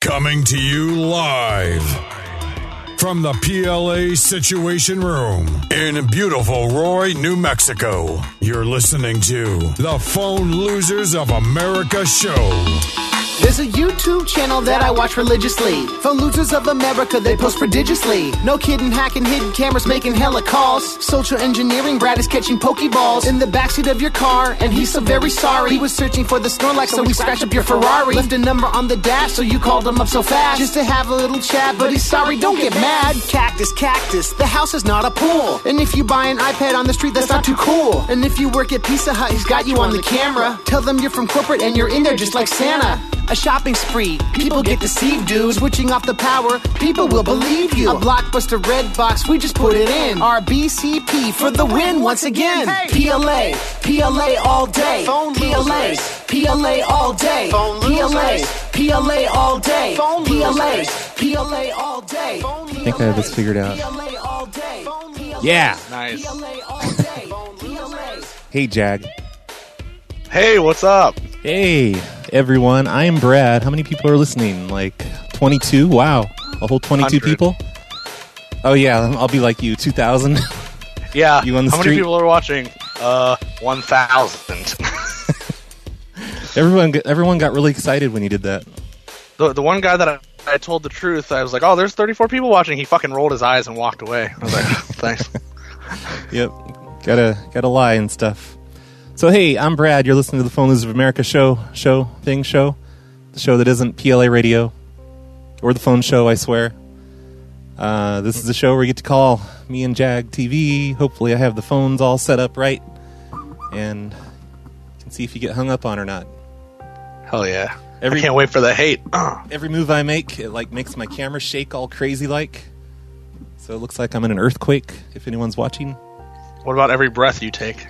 Coming to you live from the PLA Situation Room in beautiful Roy, New Mexico. You're listening to the Phone Losers of America show. There's a YouTube channel that I watch religiously. Phone losers of America, they post prodigiously. No kidding, hacking hidden cameras, making hella calls. Social engineering, Brad is catching pokeballs in the backseat of your car, and he's so very sorry. He was searching for the Snorlax, so we scratched up your Ferrari. Left a number on the dash, so you called him up so fast just to have a little chat. But he's sorry, don't get mad. Cactus, cactus, the house is not a pool. And if you buy an iPad on the street, that's not too cool. And if you work at Pizza Hut, he's got you on the camera. Tell them you're from corporate and you're in there just like Santa. A shopping spree. People get deceived, dude. Switching off the power, people will believe you. A blockbuster red box, we just put it in. RBCP for the win once again. PLA, PLA all day. PLA, PLA all day. PLA, PLA all day. PLA, PLA all day. I think I have this figured out. PLA all day. Yeah. Nice. PLA all day. PLA. Hey, Jag. Hey, what's up? Hey, everyone. I am Brad. How many people are listening? Like 22? Wow. A whole 22 100. people? Oh, yeah. I'll be like you, 2,000. Yeah, You on the how street? many people are watching? Uh, one thousand. everyone, g- everyone got really excited when you did that. the the one guy that I, I told the truth, I was like, "Oh, there's 34 people watching." He fucking rolled his eyes and walked away. I was like, "Thanks." Yep. Gotta, gotta lie and stuff. So, hey, I'm Brad. You're listening to the Phone Losers of America show, show, thing, show. The show that isn't PLA radio or the phone show, I swear. Uh, this is the show where you get to call me and Jag TV. Hopefully, I have the phones all set up right and can see if you get hung up on or not. Hell yeah! Every- I can't wait for the hate. Every move I make, it like makes my camera shake all crazy like. So it looks like I'm in an earthquake. If anyone's watching, what about every breath you take?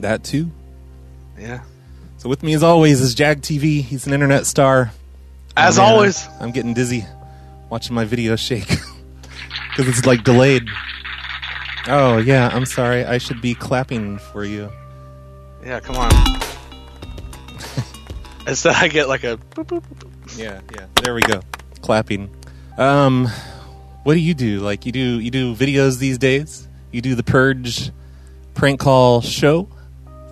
that too. Yeah. So with me, as always, is Jag TV. He's an internet star. As Oh, man, always, I'm getting dizzy watching my video shake because it's like delayed. Oh yeah, I'm sorry. I should be clapping for you. yeah. Come on. Instead, I get like a boop, boop, boop, boop. Yeah, yeah. There we go. Clapping. Um, what do you do? Like you do you do videos these days? You do the purge prank call show,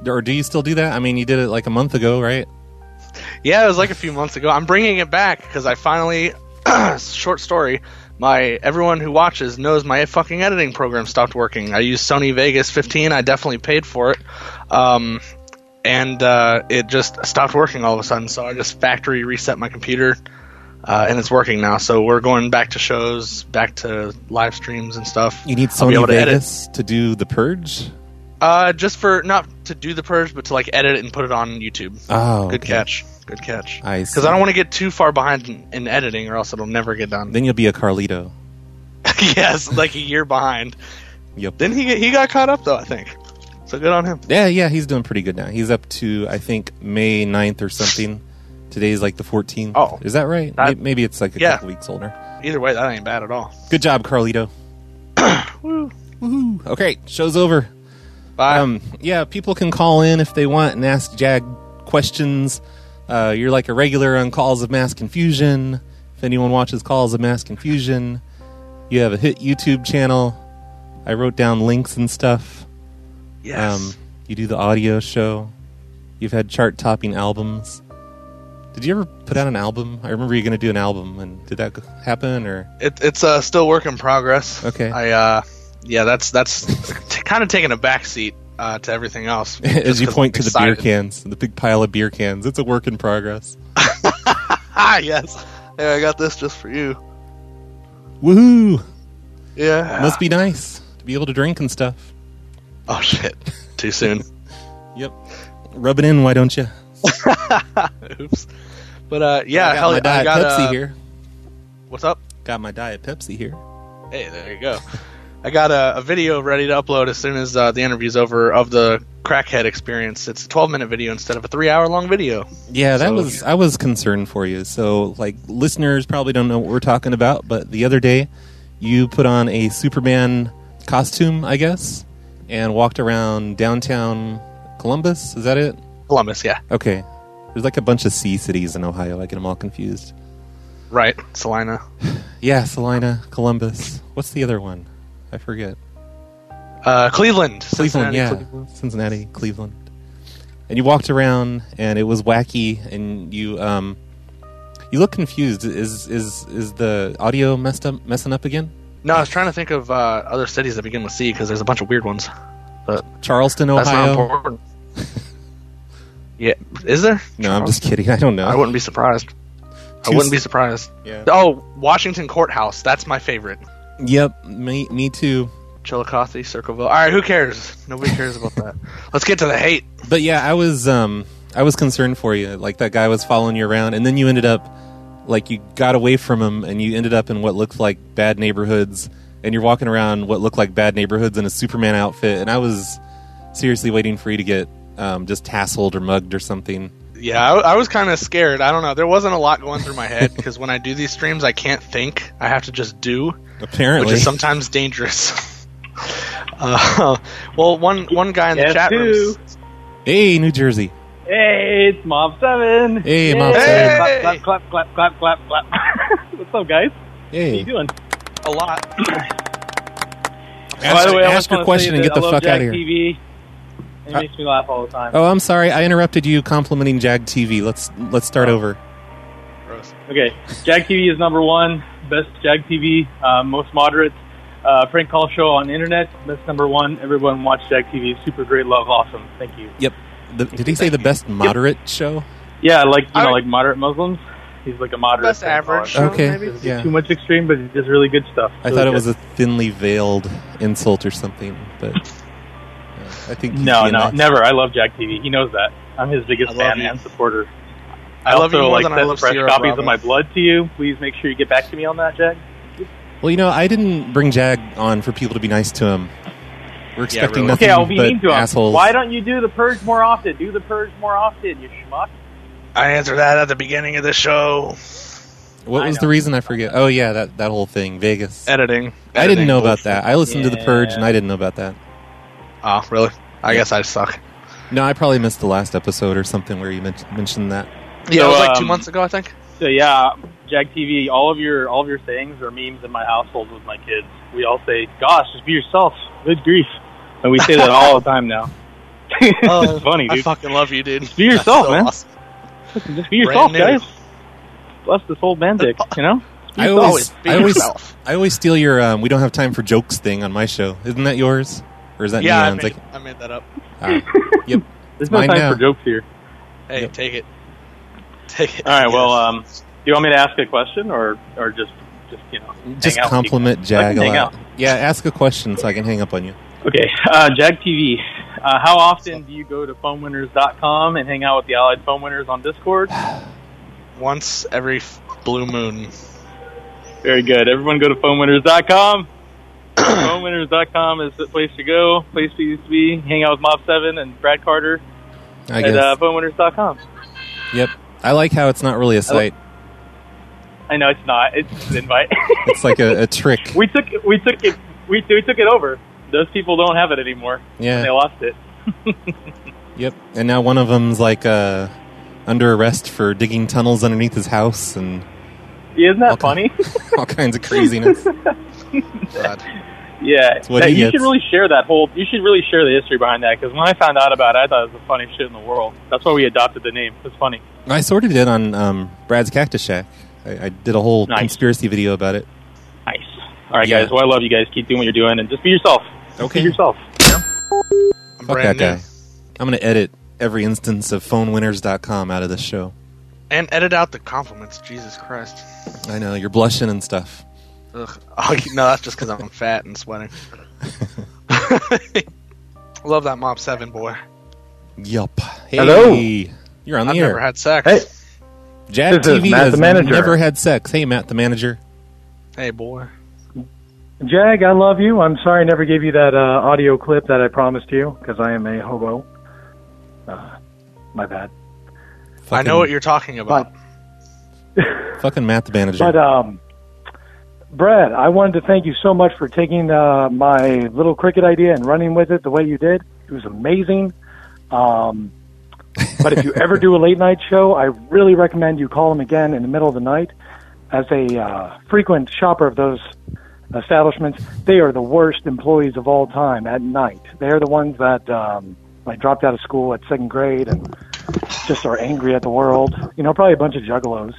or do you still do that? I mean, you did it like a month ago, right? Yeah, it was like a few months ago. I'm bringing it back because I finally. short story. My everyone who watches knows my fucking editing program stopped working. I used Sony Vegas 15. I definitely paid for it, um, and uh, it just stopped working all of a sudden. So I just factory reset my computer, uh, and it's working now. So we're going back to shows, back to live streams and stuff. You need I'll be Sony able to edit. Vegas to do the purge. Uh, just for not to do the purge, but to like edit it and put it on YouTube. Oh, good okay. catch, good catch. I Because see. I don't want to get too far behind in, in editing, or else it'll never get done. Then you'll be a Carlito. yes, like a year behind. Yep. Then he get- he got caught up though, I think. So good on him. Yeah, yeah, he's doing pretty good now. He's up to I think May 9th or something. Today's like the 14th. Oh. is that right? That- May- Maybe it's like a Yeah. couple weeks older. Either way, that ain't bad at all. Good job, Carlito. Woo. Okay, show's over. Bye. Um, yeah, people can call in if they want and ask Jag questions. Uh, you're like a regular on Calls of Mass Confusion. If anyone watches Calls of Mass Confusion, you have a hit YouTube channel. I wrote down links and stuff. Um, yes. you do the audio show. You've had chart topping albums. Did you ever put out an album? I remember you were going to do an album, and did that happen? Or it, it's uh, still work in progress. Okay. I uh, yeah, that's that's t- kind of taking a back seat uh, to everything else. as just you 'cause point I'm to the beer excited. cans, the big pile of beer cans, it's a work in progress. Ah, yes. Here, I got this just for you. Woohoo! Yeah. Must be nice to be able to drink and stuff. oh shit. Too soon. Yep. Rub it in, why don't you? Oops. But uh, yeah, I got hell my yeah, Diet I got Pepsi uh, here. What's up? Got my Diet Pepsi here. Hey, there you go. I got a, a video ready to upload as soon as uh, the interview's over of the crackhead experience. It's a 12 minute video instead of a three hour long video. Yeah, that So- was I was concerned for you. So, like listeners probably don't know what we're talking about, but the other day you put on a Superman costume, I guess, and walked around downtown Columbus. Is that it? Columbus, yeah. Okay. There's like a bunch of sea cities in Ohio. I get them all confused. Right, Salina. Yeah, Salina, Columbus. What's the other one? I forget. Uh, Cleveland, Cleveland. Cincinnati, yeah. Cleveland. Cincinnati, Cleveland. And you walked around, and it was wacky, and you um, you look confused. Is is is the audio messed up, messing up again? No, I was trying to think of uh, other cities that begin with C because there's a bunch of weird ones. But Charleston, that's not Ohio. important. yeah, is there? No, I'm just kidding. I don't know. I wouldn't be surprised. I Two wouldn't be s- surprised. Yeah. Oh, Washington Courthouse. That's my favorite. Yep, me me too. Chillicothe, Circleville. All right, who cares? Nobody cares about that. Let's get to the hate. But yeah, I was um I was concerned for you. Like that guy was following you around and then you ended up like you got away from him and you ended up in what looked like bad neighborhoods and you're walking around what looked like bad neighborhoods in a Superman outfit and I was seriously waiting for you to get um, just tasseled or mugged or something. Yeah, I, I was kind of scared. I don't know. There wasn't a lot going through my head because when I do these streams, I can't think. I have to just do. Apparently. which is sometimes dangerous. uh, well, one one guy in the Guess chat room. who? hey, New Jersey. Hey, it's Mob Seven. Hey, Yay. Mob Seven. Hey. Clap, clap, clap, clap, clap, clap, clap. What's up, guys? How you Hey. doing? A lot. By Ask, the way, I ask just wanna your question say and that get the I love fuck Jag out of here. Uh, TV. It makes me laugh all the time. Oh, I'm sorry. I interrupted you complimenting Jag TV. Let's let's Oh. start over. Gross. Okay, Jag TV is number one. Best Jag TV, uh, most moderate uh, prank call show on the internet. Best number one. Everyone watch Jag TV. Super great love. Awesome. Thank you. Yep. The, did he say the best moderate show? Yeah, like you know, All right. like moderate Muslims. He's like a moderate. Best prank caller. average. show, Okay. maybe? Yeah. Too much extreme, but just really good stuff. I Oh, Really thought it good. was a thinly veiled insult or something, but uh, I think he's No, being no, nice. never. I love Jack TV. He knows that. I'm his biggest I love fan you. and supporter. I love you also, more like than I sent love fresh Sierra copies Bravo. of my blood to you. Please make sure you get back to me on that, Jack. Well, you know, I didn't bring Jag on for people to be nice to him. We're expecting really. nothing Okay, I'll be but mean to him. assholes. Why don't you do the purge more often? Do the purge more often, you schmuck. I answered that at the beginning of the show. what I was know. the reason? I forget. Oh yeah, that that whole thing, Vegas. Editing. I didn't Editing know about Eh, bullshit. that. I listened to the Purge, and I didn't know about that. Oh, really? I guess I suck. No, I probably missed the last episode or something where you men- mentioned that. Yeah, it So, was like two um, months ago, I think. So yeah, Jack TV. All of your all of your sayings are memes in my household with my kids. We all say, "Gosh, just be yourself." Good grief, and we say that all the time now. Oh, it's funny, I dude. fucking love you, dude. Be yourself, So man. awesome. Just be yourself, Brand guys. new. Bless this whole bandit, you know. I Always always, be I always, yourself. I always steal your. Um, we don't have time for jokes thing on my show. Isn't that yours? Or is that Yeah, I Neon's? made, I made that up. like, ah, yep. There's no Mine time now. for jokes here. Hey, Yep. take it. Take it. All right. Well, Yes. um, do you want me to ask a question or or just just you know Just hang out with compliment Jag a hang lot. Yeah, ask a question so I can hang up on you. people? Okay, uh, Jag TV. Uh, how often do you go to phonewinners.com and hang out with the Allied phone winners on Discord? Once every f- blue moon. Very good. Everyone go to phonewinners.com. phonewinners.com is the place to go, place to used to be. Hang out with Mob Seven and Brad Carter I at guess. uh, phonewinners.com. yep. I like how it's not really a like- site. I know it's not. It's just an invite. It's like a, a trick. we took we took it we, we took it over. Those people don't have it anymore. They Yeah. lost it. Yep. And now one of them's like uh, under arrest for digging tunnels underneath his house and Isn't that Okay. funny? all kinds of craziness. God. Yeah, what that- he you gets. should really share that whole. You should really share the history behind that because when I found out about it, I thought it was the funniest shit in the world. That's why we adopted the name. It's funny. I sort of did on um, Brad's Cactus Shack. I, I did a whole Nice. conspiracy video about it. Nice. All right, Yeah. guys. Well, I love you guys. Keep doing what you're doing and just be yourself. Just Okay. Be yourself. Fuck I'm that brand guy. new. I'm going to edit every instance of phonewinners.com out of this show. And edit out the compliments. Jesus Christ. I know, you're blushing and stuff. Ugh. Oh, no, that's just because I'm fat and sweating. Love that Mop 7 boy. Yup. Hey, Hello. You're on the I've air. never had sex. Hey. Jag This is TV Matt has the manager. never had sex. Hey, Matt, the manager. Hey, boy. Jag, I love you. I'm sorry I never gave you that uh, audio clip that I promised you because I am a hobo. Uh, my bad. I know what you're talking about. Fucking Matt the manager. But um, Brad, I wanted to thank you so much for taking uh, my little cricket idea and running with it the way you did. It was amazing. Um, but if you ever do a late night show, I really recommend you call him again in the middle of the night. as a uh, frequent shopper of those establishments, they are the worst employees of all time at night. They are the ones that um, like dropped out of school at second grade and just are angry at the world. You know, probably a bunch of juggalos.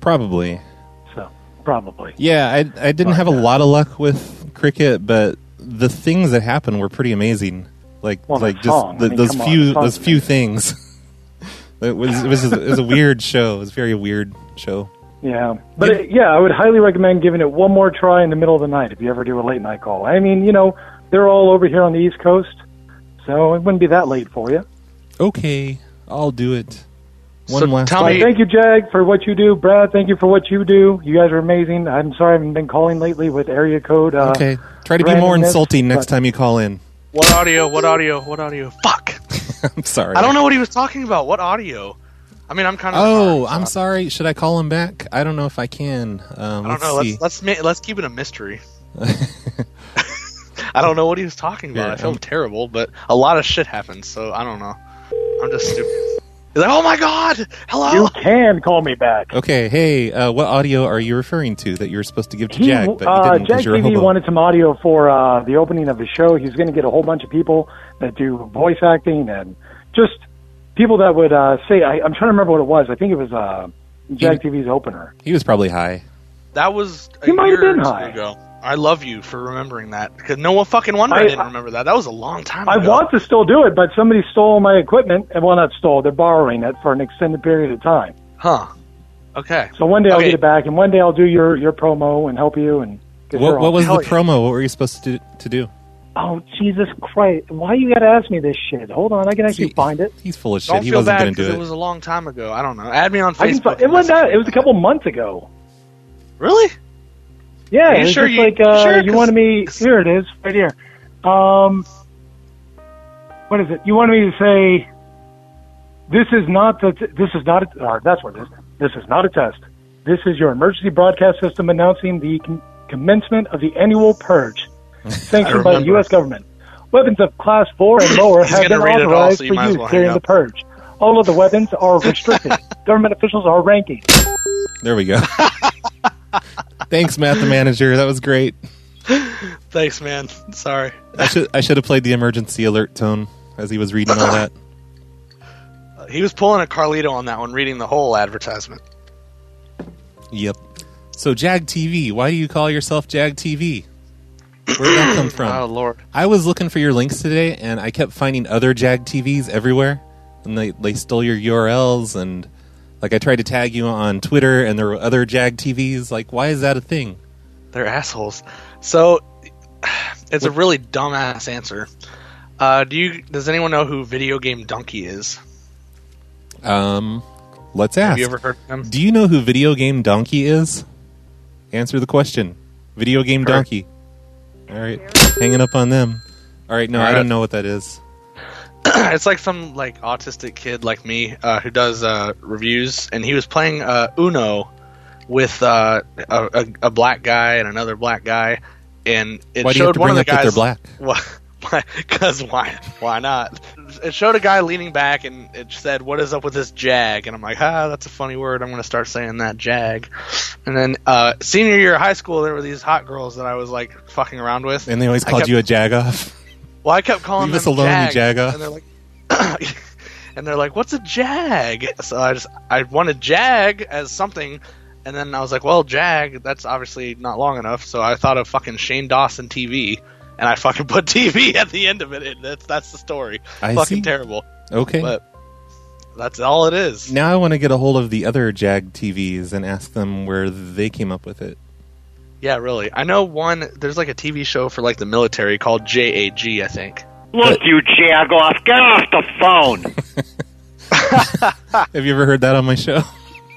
Probably. So probably. Yeah, I, I didn't have a lot of luck with cricket, but the things that happened were pretty amazing. Like Well, like that just song, I the, mean, those come on, few that song's those few things. it was it was, it was a weird show. It was a very weird show. Yeah, but it, yeah, I would highly recommend giving it one more try in the middle of the night if you ever do a late night call. I mean, you know, they're all over here on the East Coast, so it wouldn't be that late for you. Okay, I'll do it. One So last tell All right, me- thank you, Jag, for what you do. Brad, thank you for what you do. You guys are amazing. I'm sorry I haven't been calling lately with area code. Uh, Okay, try to be more randomness, insulting next but- time you call in. What audio? What audio? What audio? Fuck! I'm sorry. I don't know what he was talking about. What audio? I mean, I'm kind of. Oh, I'm sorry. Should I call him back? I don't know if I can. Um, I don't let's know. see. Let's let's ma- let's keep it a mystery. I don't know what he was talking about. Yeah, I feel um, terrible, but a lot of shit happens, so I don't know. I'm just stupid. He's like, oh my god, hello. You can call me back. Okay, hey, uh, what audio are you referring to that you were supposed to give to He, Jack, but you uh, didn't Jag because you're a TV hobo? wanted some audio for uh, the opening of his show. He's going to get a whole bunch of people that do voice acting and just people that would uh, say. I, I'm trying to remember what it was. I think it was uh, Jag TV's opener. He was probably high. that was a You might have year or been two high. ago. I love you for remembering that because no one fucking wonder I- I, didn't I- remember that. That was a long time I ago. want to still do it, but somebody stole my equipment. and Well, not stole. They're borrowing it for an extended period of time. Huh? Okay. So one day I'll Okay. get it back, and one day I'll do your, your promo and help you. And 'cause you're What, what all- was the Hell yeah. promo? What were you supposed to do? To do? Oh Jesus Christ! Why you got to ask me this shit? Hold on, I can actually See, find it. He's full of Oh, shit. Don't he feel wasn't bad going to because do it. it. was a long time ago. I don't know. Add me on I can Facebook. find, it wasn't that. It was a couple months ago. Really? Yeah, Are you it was sure just you- like uh, sure? you 'Cause- wanted me. Here it is, right here. Um, what is it? You wanted me to say, "This is not the. T- this is not. A, or that's what it is. This is not a test. This is your emergency broadcast system announcing the com- commencement of the annual purge, sanctioned by the remember. U.S. government. Weapons of class four and lower He's have been gonna read it all, authorized so you for might as use well hang during the up. purge. All of the weapons are restricted. government officials are ranking. There we go. Thanks, Matt, the manager. That was great. Thanks, man. Sorry. I should I should have played the emergency alert tone as he was reading all that. He was pulling a Carlito on that one, reading the whole advertisement. Yep. So Jag TV, why do you call yourself Jag TV? Where did that come from? Oh lord. I was looking for your links today, and I kept finding other Jag TVs everywhere, and they they stole your URLs and like I tried to tag you on Twitter, and there were other Jag TVs. Like, why is that a thing? They're assholes. So it's a really dumbass answer. Uh, do you? Does anyone know who Video Game Donkey is? Um, let's ask. Have you ever heard of him? Do you know who Video Game Donkey is? Answer the question. Video Game Donkey. All right, hanging up on them. All right, no, I Alright. don't know what that is. it's like some like autistic kid like me uh, who does uh, reviews, and he was playing uh, Uno with uh, a, a, a black guy and another black guy, and it Why do showed you have to one bring of up the that guys they're black? Because why? Why not? It showed a guy leaning back, and it said, "What is up with this jag?" And I'm like, "Ah, that's a funny word. I'm going to start saying that jag." And then uh, senior year of high school, there were these hot girls that I was like fucking around with, And they always I called kept- you a jagoff. well, I kept calling Leave us them alone, you jags, jagoff. And they're like, and they're like, "What's a jag?" So I just I wanted jag as something, and then I was like, "Well, jag, that's obviously not long enough." So I thought of fucking Shane Dawson TV, and I fucking put TV at the end of it. And that's that's the story. I fucking see. terrible, Okay. but that's all it is. Now I want to get a hold of the other Jag TVs and ask them where they came up with it. Yeah, really. I know one. There's like a TV show for like the military called JAG, I think. Look, you jagoff, get off the phone. Have you ever heard that on my show?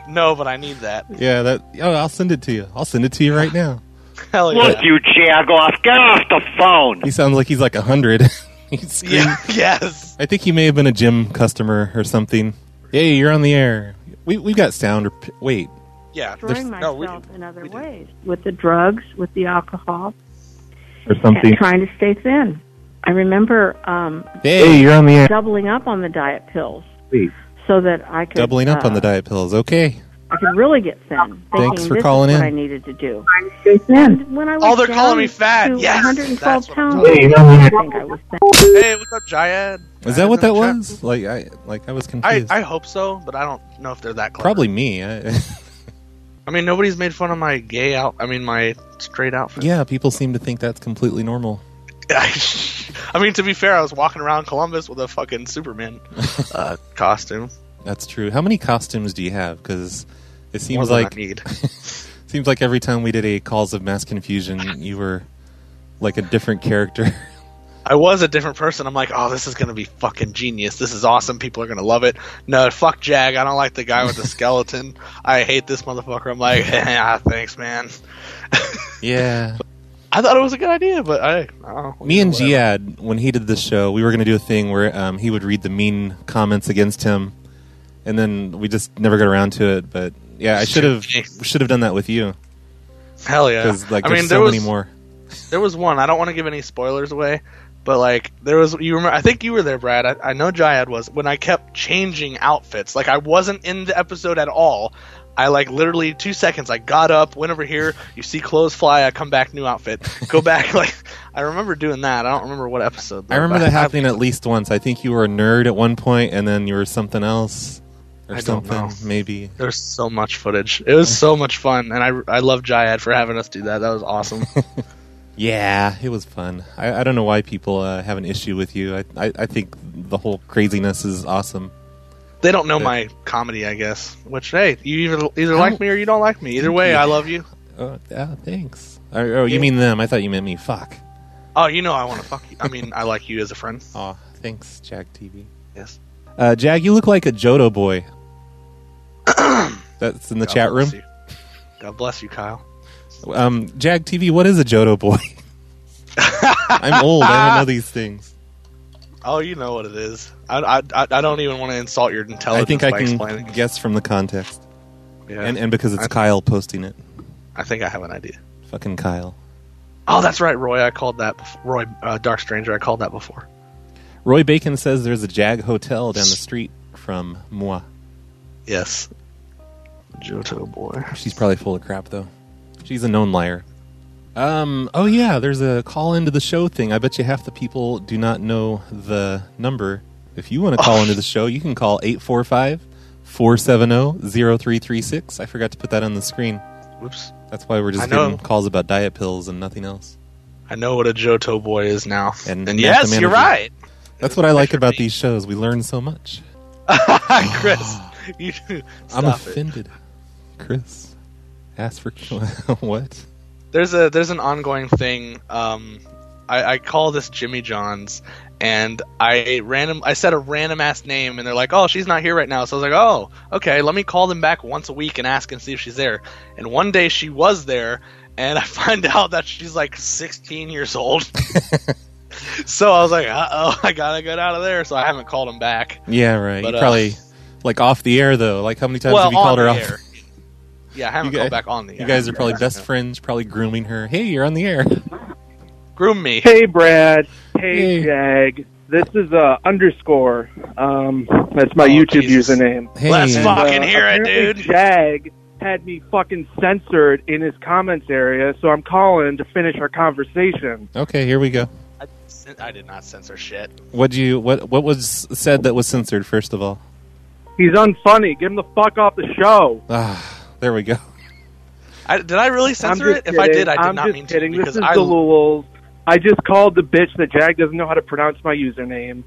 No, but I need that. yeah, that. Oh, I'll send it to you. I'll send it to you right now. Hell yeah. Look, you jagoff, get off the phone. He sounds like he's like a hundred. He's screaming. yeah. Yes. I think he may have been a gym customer or something. Hey, you're on the air. We we've got sound. Rep- wait, Yeah, destroying there's- no, we- myself in other we did. ways with the drugs, with the alcohol, or and trying to stay thin. I remember um, Hey, you're on the air. doubling up on the diet pills so that I could Doubling up uh, on the diet pills. Okay, I could really get thin. Thanks thinking for this calling is in. What I needed to do. Thin. When I was Oh, they're down calling me fat. To Yes, 112 that's what I'm talking pounds. about. Oh, I think I was thin. Hey, what's up, Jayad? Is that what that Jayad's in the was? Like I like I was chat. confused. I, I hope so, but I don't know if they're that clever. Probably me. I, I mean, nobody's made fun of my gay out. I mean, my straight outfit. yeah, people seem to think that's completely normal. I mean, to be fair, I was walking around Columbus with a fucking Superman uh, costume. That's true. How many costumes do you have? Because it More seems than I like need. seems like every time we did a calls of mass confusion, you were like a different character. I was a different person. I'm like, oh, this is gonna be fucking genius. This is awesome. People are gonna love it. No, fuck Jag. I don't like the guy with the skeleton. I hate this motherfucker. I'm like, ah, thanks, man. yeah. I thought it was a good idea, but I, oh, Me and whatever. Giad, when he did this show, we were going to do a thing where um, he would read the mean comments against him, and then we just never got around to it. But yeah, I should have Jeez. should have done that with you Hell yeah. because like I there's mean, so there was many more. there was one. I don't want to give any spoilers away, but like there was you remember. I think you were there, Brad. I, I know Jayad was when I kept changing outfits. Like I wasn't in the episode at all. I like literally two seconds. I got up, went over here. You see clothes fly. I come back, new outfit. Go back. Like I remember doing that. I don't remember what episode. I remember but that happening at least once. I think you were a nerd at one point, and then you were something else or I don't something. know. Maybe There's so much footage. It was so much fun, and I I love Jayad for having us do that. That was awesome. Yeah, it was fun. I, I don't know why people uh, have an issue with you. I, I, I think the whole craziness is awesome. They don't know my comedy, I guess. Which hey, you either either like me or you don't like me. Either way, I love you. Oh, yeah, thanks. Oh, oh, you mean them? I thought you meant me. Fuck. Oh, you know I want to fuck you. I mean, I like you as a friend. Oh, thanks, Jag TV. Yes. Uh, Jag, you look like a Jodo boy. That's in the God chat room. bless you. God bless you, Kyle. Um, Jag TV, what is a Jodo boy? I'm old. I don't know these things. Oh, you know what it is. I, I, I I don't even want to insult your I intelligence think by I can explaining. guess from the context, Yeah, and and because it's I- Kyle posting it. I think I have an idea. Fucking Kyle. Oh, that's right, Roy. I called that before. Roy uh, Dark Stranger. I called that before. Roy Bacon says there's a Jag hotel down the street from moi. Yes. Johto boy. She's probably full of crap though. She's a known liar. Um. Oh yeah, there's a call into the show thing. I bet you half the people do not know the number. If you want to Oh. call into the show, you can call oh, 845-470-0336. I forgot to put that on the screen. Whoops. That's why we're I just know. getting calls about diet pills and nothing else. I know what a Johto boy is now. And that's And, the yes, you're manager. right, That's what I like should about be. these shows. We learn so much. Chris. You stop I'm it. offended. Chris, ask for what? there's a there's an ongoing thing. Um, I, I call this Jimmy John's, and I random I said a random ass name, and they're like, "Oh, she's not here right now." So I was like, "Oh, okay, let me call them back once a week and ask and see if she's there." And one day she was there, and I find out that she's like 16 years old. so I was like, "Uh oh, I gotta get out of there." So I haven't called him back. Yeah, right. But, you uh, probably like off the air though. Like how many times well, have you on called her the off? air. Yeah, I haven't guy- called back on the air. You guys are probably best friends, probably grooming her. Hey, you're on the air. Groom me. Hey, Brad. Hey, Hey. Jag. This is uh, underscore. Um, that's my Oh, YouTube Jesus. username. Hey, Let's And, fuck. Fucking uh, hear it, apparently dude. Jag had me fucking censored in his comments area, so I'm calling to finish our conversation. Okay, here we go. I, I did not censor shit. What do you what what was said that was censored? First of all, He's unfunny. Get him the fuck off the show. ah, there we go. I, did I really censor I'm it? just If I kidding. did, I did I'm not just mean kidding. to because this is I the Lulz. I just called the bitch that Jag doesn't know how to pronounce my username.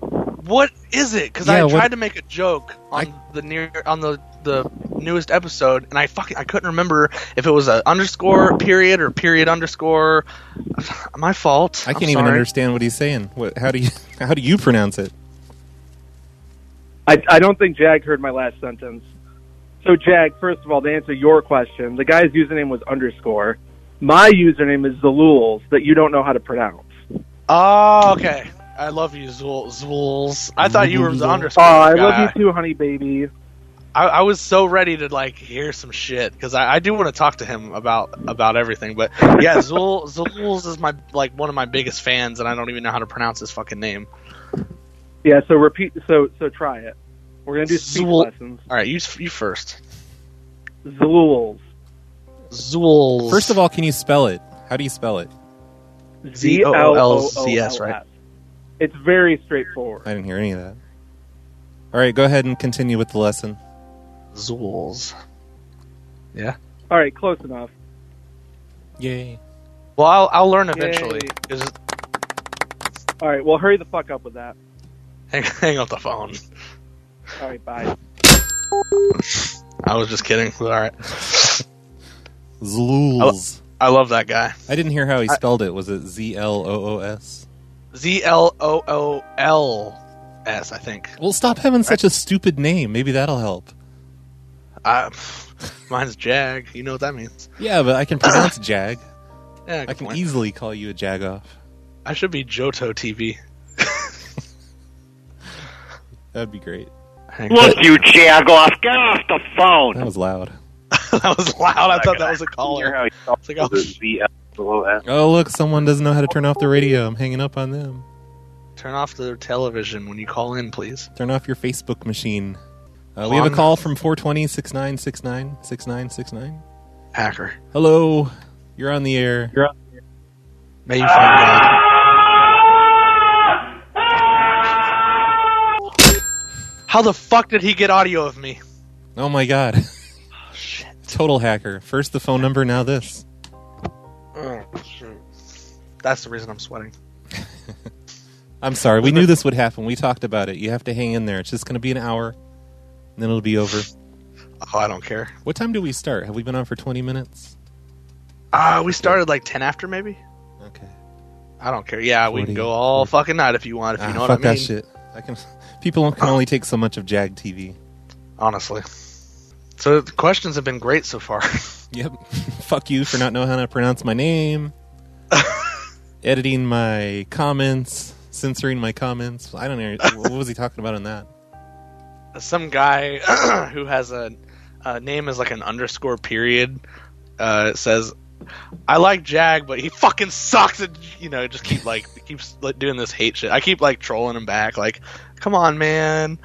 what is it? Because Yeah, I what- tried to make a joke on the near on the the newest episode, and I fucking I couldn't remember if it was a underscore period or period underscore. My fault. I I'm can't even sorry. understand what he's saying. What, how do you how do you pronounce it? I, I don't think Jag heard my last sentence. So, Jag, first of all, to answer your question, the guy's username was underscore. My username is Zaluls that you don't know how to pronounce. Oh, okay. I love you, Zool, Zools. I thought you were Uh, the Oh, underscore. I guy. love you too, honey baby. I, I was so ready to like hear some shit because I, I do want to talk to him about about everything. But yeah, Zool Zools is my like one of my biggest fans, and I don't even know how to pronounce his fucking name. Yeah. So repeat. So so try it. We're gonna do speech Zool- lessons. All right, you you first. Zools. Zools. First of all, can you spell it? How do you spell it? Z O O L C S, right? It's very straightforward. I didn't hear any of that. All right, go ahead and continue with the lesson. Zools. Yeah. All right, close enough. Yay. Well, I'll, I'll learn eventually. Just All right, well, hurry the fuck up with that. hang, hang up the phone. All right, bye. I was just kidding. All right. Zlools. I love that guy. I didn't hear how he spelled it. Was it Z L O O S? Z L O O L S, I think. Well, stop having such a stupid name. Maybe that'll help. I, mine's Jag. You know what that means. Yeah, but I can pronounce Jag. Yeah, I good can point. easily call you a Jagoff. I should be Johto TV. That'd be great. Hang Look, you Jagoff, get off the phone. That was loud. that was loud. I thought that was a caller. It's like, oh, Oh, look, someone doesn't know how to turn off the radio. I'm hanging up on them. turn off the television when you call in, please. Turn off your Facebook machine. Uh, we have a call from 420 6969 6969. Hacker. Hello, you're on the air. May you find God. How the fuck did he get audio of me? Oh my god. Total hacker. First the phone number, now this. Oh, shoot. That's the reason I'm sweating. I'm sorry. We knew this would happen. We talked about it. You have to hang in there. It's just going to be an hour, and then it'll be over. Oh, I don't care. What time do we start? Have we been on for 20 minutes? Uh, we started like 10 after, maybe? Okay. I don't care. Yeah, we 40, can go all fucking night if you want, if Ah, you know what I fuck mean. that shit. I can. People can only take so much of Jag TV. Honestly. So the questions have been great so far. Yep. Fuck you for not knowing how to pronounce my name. Editing my comments, censoring my comments. I don't know. What was he talking about in that? Some guy who has a, a name as like an underscore period uh, says, "I like Jag, but he fucking sucks." And you know, just keep like keeps like, doing this hate shit. I keep like trolling him back, like, "Come on, man."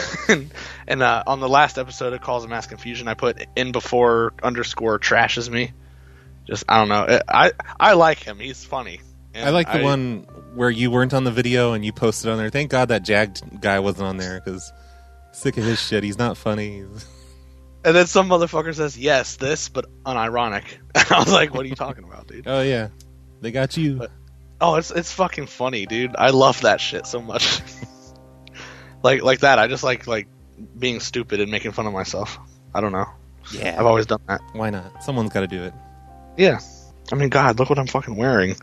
and and uh, on the last episode of Calls of Mass Confusion, I put in before underscore trashes me. Just I don't know. I I like him. He's funny. I And like the one where you weren't on the video and you posted on there. Thank God that jagged guy wasn't on there because sick of his shit. He's not funny. And then some motherfucker says, "Yes, this, but unironic." And I was like, "What are you talking about, dude?" Oh yeah, they got you. Oh, it's it's fucking funny, dude. I love that shit so much. like like that. I just like like being stupid and making fun of myself. I don't know. Yeah. I've always done that. Why not? Someone's got to do it. Yeah. I mean, God, look what I'm fucking wearing.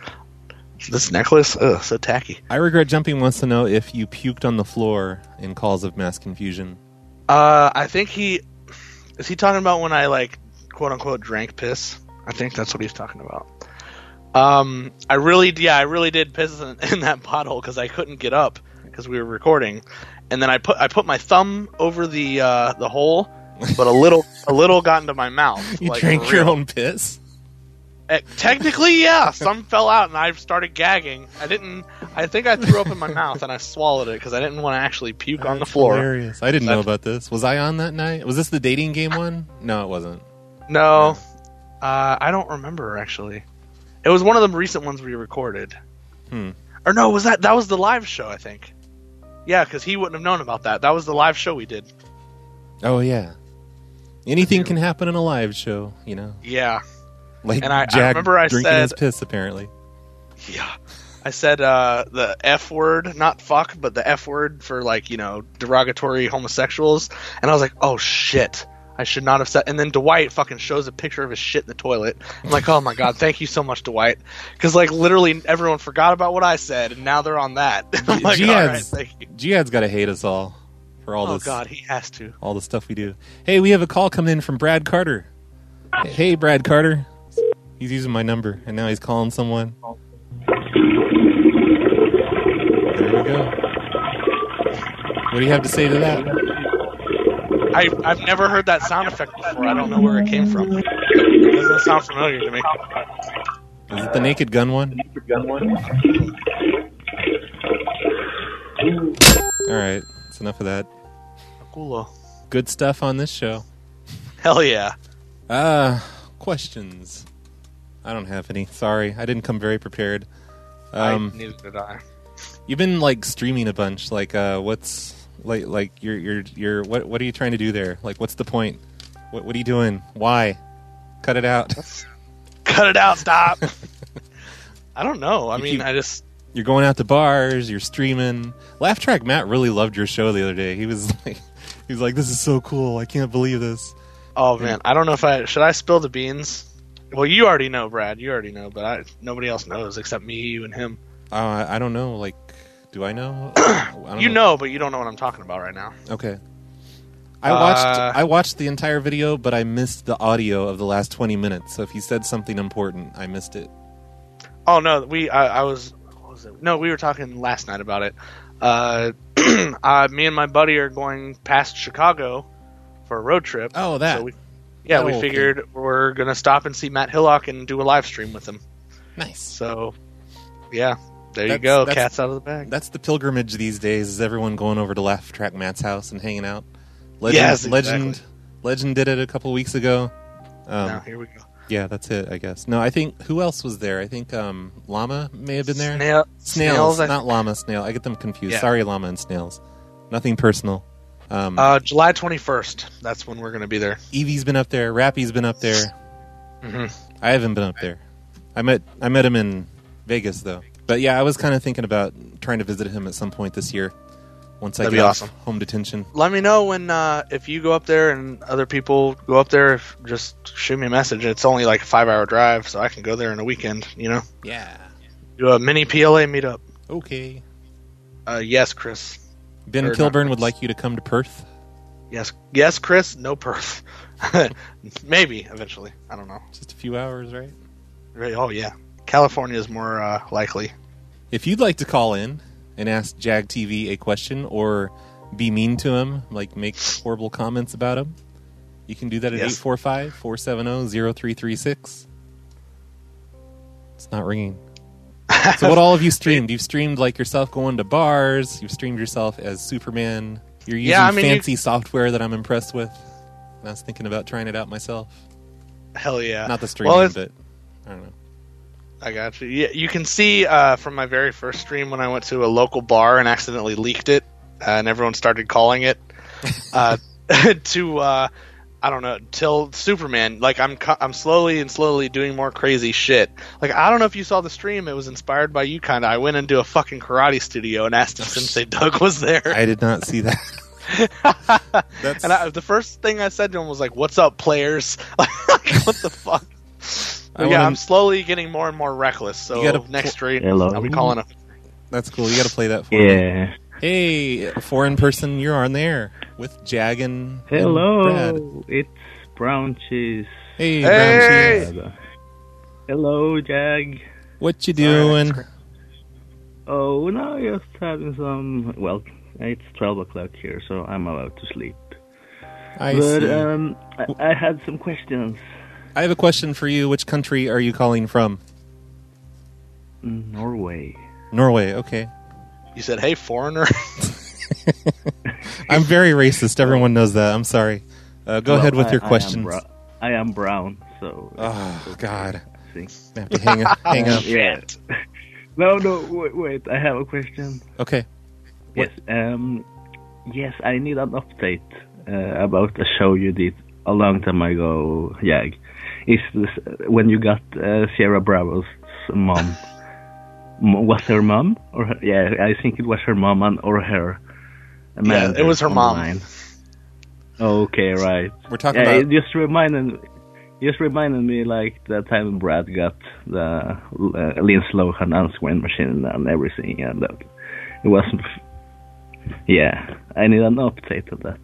This necklace, ugh, so tacky. I regret jumping. Wants to know if you puked on the floor in calls of mass confusion. Uh, I think he is he talking about when I like quote unquote drank piss. I think that's what he's talking about. Um, I really, yeah, I really did piss in, in that bottle because I couldn't get up because we were recording, and then I put I put my thumb over the uh, the hole, but a little a little got into my mouth. You like, drank for your real. own piss. Eh, technically, yeah, some fell out and I started gagging. I didn't. I think I threw up in my mouth and I swallowed it because I didn't want to actually puke on the floor. Hilarious. I didn't know That's- about this. Was I on that night? Was this the dating game one? No, it wasn't. No, uh, I don't remember actually. It was one of the recent ones we recorded. Hmm. Or no, was that that was the live show? I think. Yeah, because he wouldn't have known about that. That was the live show we did. Oh yeah. Anything can happen in a live show, you know. Yeah, Like And I- I Jag remember I drinking his said- piss apparently. yeah. I said uh, the f word, not fuck, but the f word for like you know derogatory homosexuals, and I was like, oh shit. I should not have said. And then Dwight fucking shows a picture of his shit in the toilet. I'm like, oh my god, thank you so much, Dwight, because like literally everyone forgot about what I said, and now they're on that. I'm like, all right, Jihad's, thank you. Jihad's got to hate us all for all Oh this, God, he has to. all the stuff we do. Hey, we have a call come in from Brad Carter. Hey, Brad Carter. He's using my number, and now he's calling someone. There we go. What do you have to say to that? I I've never heard that sound effect before. I don't know where it came from. It doesn't sound familiar to me. Is it the Naked Gun one? Oh, All right, that's enough of that. Cool. Good stuff on this show. Hell yeah. Uh, questions. I don't have any. Sorry, I didn't come very prepared. Um, I, neither did I. You've been like streaming a bunch. Like, uh, what's like like you're you're you're what what are you trying to do there? Like, what's the point? What what are you doing? Why? Cut it out. Cut it out. Stop. I don't know. I mean, I just You're going out to bars. You're streaming. Laugh track Matt really loved your show the other day. He was like, he was like, this is so cool. I can't believe this. Oh man, I don't know if I should I spill the beans. Well, you already know, Brad. You already know, but I, nobody else knows except me, you, and him. Uh, I I don't know. Like, do I know? I don't You know, but you don't know what I'm talking about right now. Okay. I watched Uh, I watched the entire video, but I missed the audio of the last twenty minutes. So if he said something important, I missed it. Oh no, we I, I was, what was it? no, we were talking last night about it. Uh, uh, me and my buddy are going past Chicago for a road trip. Oh, that. So we, yeah, Oh, we okay. figured we're gonna stop and see Matt Hillock and do a live stream with him. Nice. So, yeah, there you That's- go. that's- Cats out of the bag. That's the pilgrimage these days. Is everyone going over to Laugh Track Matt's house and hanging out? Legend, Yes, Legend, Legend did it a couple weeks ago. Um, now here we go. Yeah, that's it. I guess. No, I think who else was there? I think um, Llama may have been there. Snail- snails, snails, I not llama. Snail. I get them confused. Yeah. Sorry, llama and snails. Nothing personal. Um, Uh, July 21st. That's when we're gonna be there. Evie's been up there. Rappy's been up there. hmm I haven't been up there. I met I met him in Vegas though. But yeah, I was kind of thinking about trying to visit him at some point this year. Once I That'd get be off awesome. home detention. let me know when uh, if you go up there and other people go up there. If, just shoot me a message. It's only like a five hour drive, so I can go there in a weekend. You know, Yeah. do a mini PLA meetup. Okay. Uh, yes, Chris. Ben Or not Kilburn would Vegas. like you to come to Perth. Yes, yes, Chris. No Perth. Maybe eventually. I don't know. Just a few hours, right? Right, Oh yeah, California is more uh, likely. If you'd like to call in and ask Jag TV a question or be mean to him, like make horrible comments about him, you can do that at Yes. 845 470 0336. It's not ringing. So, what all have you streamed? You've streamed like yourself going to bars, you've streamed yourself as Superman, you're using Yeah, I mean, you- fancy software that I'm impressed with. And I was thinking about trying it out myself. Hell yeah. Not the streaming, Well, it's- but I don't know. I got you. Yeah, you can see uh, from my very first stream when I went to a local bar and accidentally leaked it, uh, and everyone started calling it uh, to uh, I don't know till Superman. Like I'm co- I'm slowly and slowly doing more crazy shit. Like I don't know if you saw the stream. It was inspired by you, kind of. I went into a fucking karate studio and asked if Sensei Doug was there. I did not see that. That's, and I, the first thing I said to him was like, "What's up, players? like, what the fuck?" I yeah, wanna- I'm slowly getting more and more reckless. So You gotta next pl- stream, Hello. I'll be calling him. that's cool. You got to play that for me. Yeah. Hey, foreign person, you're on there with Jagan. And Brad. Hello. It's Brown Cheese. Hey, Hey! Brown Cheese. Brother. Hello, Jag. What you doing? Oh, now just having some. Well, it's 12 o'clock here, so I'm allowed to sleep. I but see. um, I, I had some questions. I have a question for you. Which country are you calling from? Norway. Norway. Okay. You said, "Hey, foreigner." I'm very racist. Everyone knows that. I'm sorry. Uh, go Well, ahead with I- your I am questions. bro- I am brown, so. oh God. I think. I have to hang up. hang up. Yeah. no, no, wait, wait. I have a question. Okay. Yes. Um, yes, I need an update uh, about a show you did a long time ago, Jag. Is this uh, when you got uh, Sierra Bravo's mom? M- was her mom or her, yeah? I think it was her mom and or her. manager it was her mom. online. Okay, right. We're talking Yeah, about. it just reminded just reminded me like the time Brad got the uh, Lynn Lohan answering machine and everything, and that it wasn't. Yeah, I need an update of that.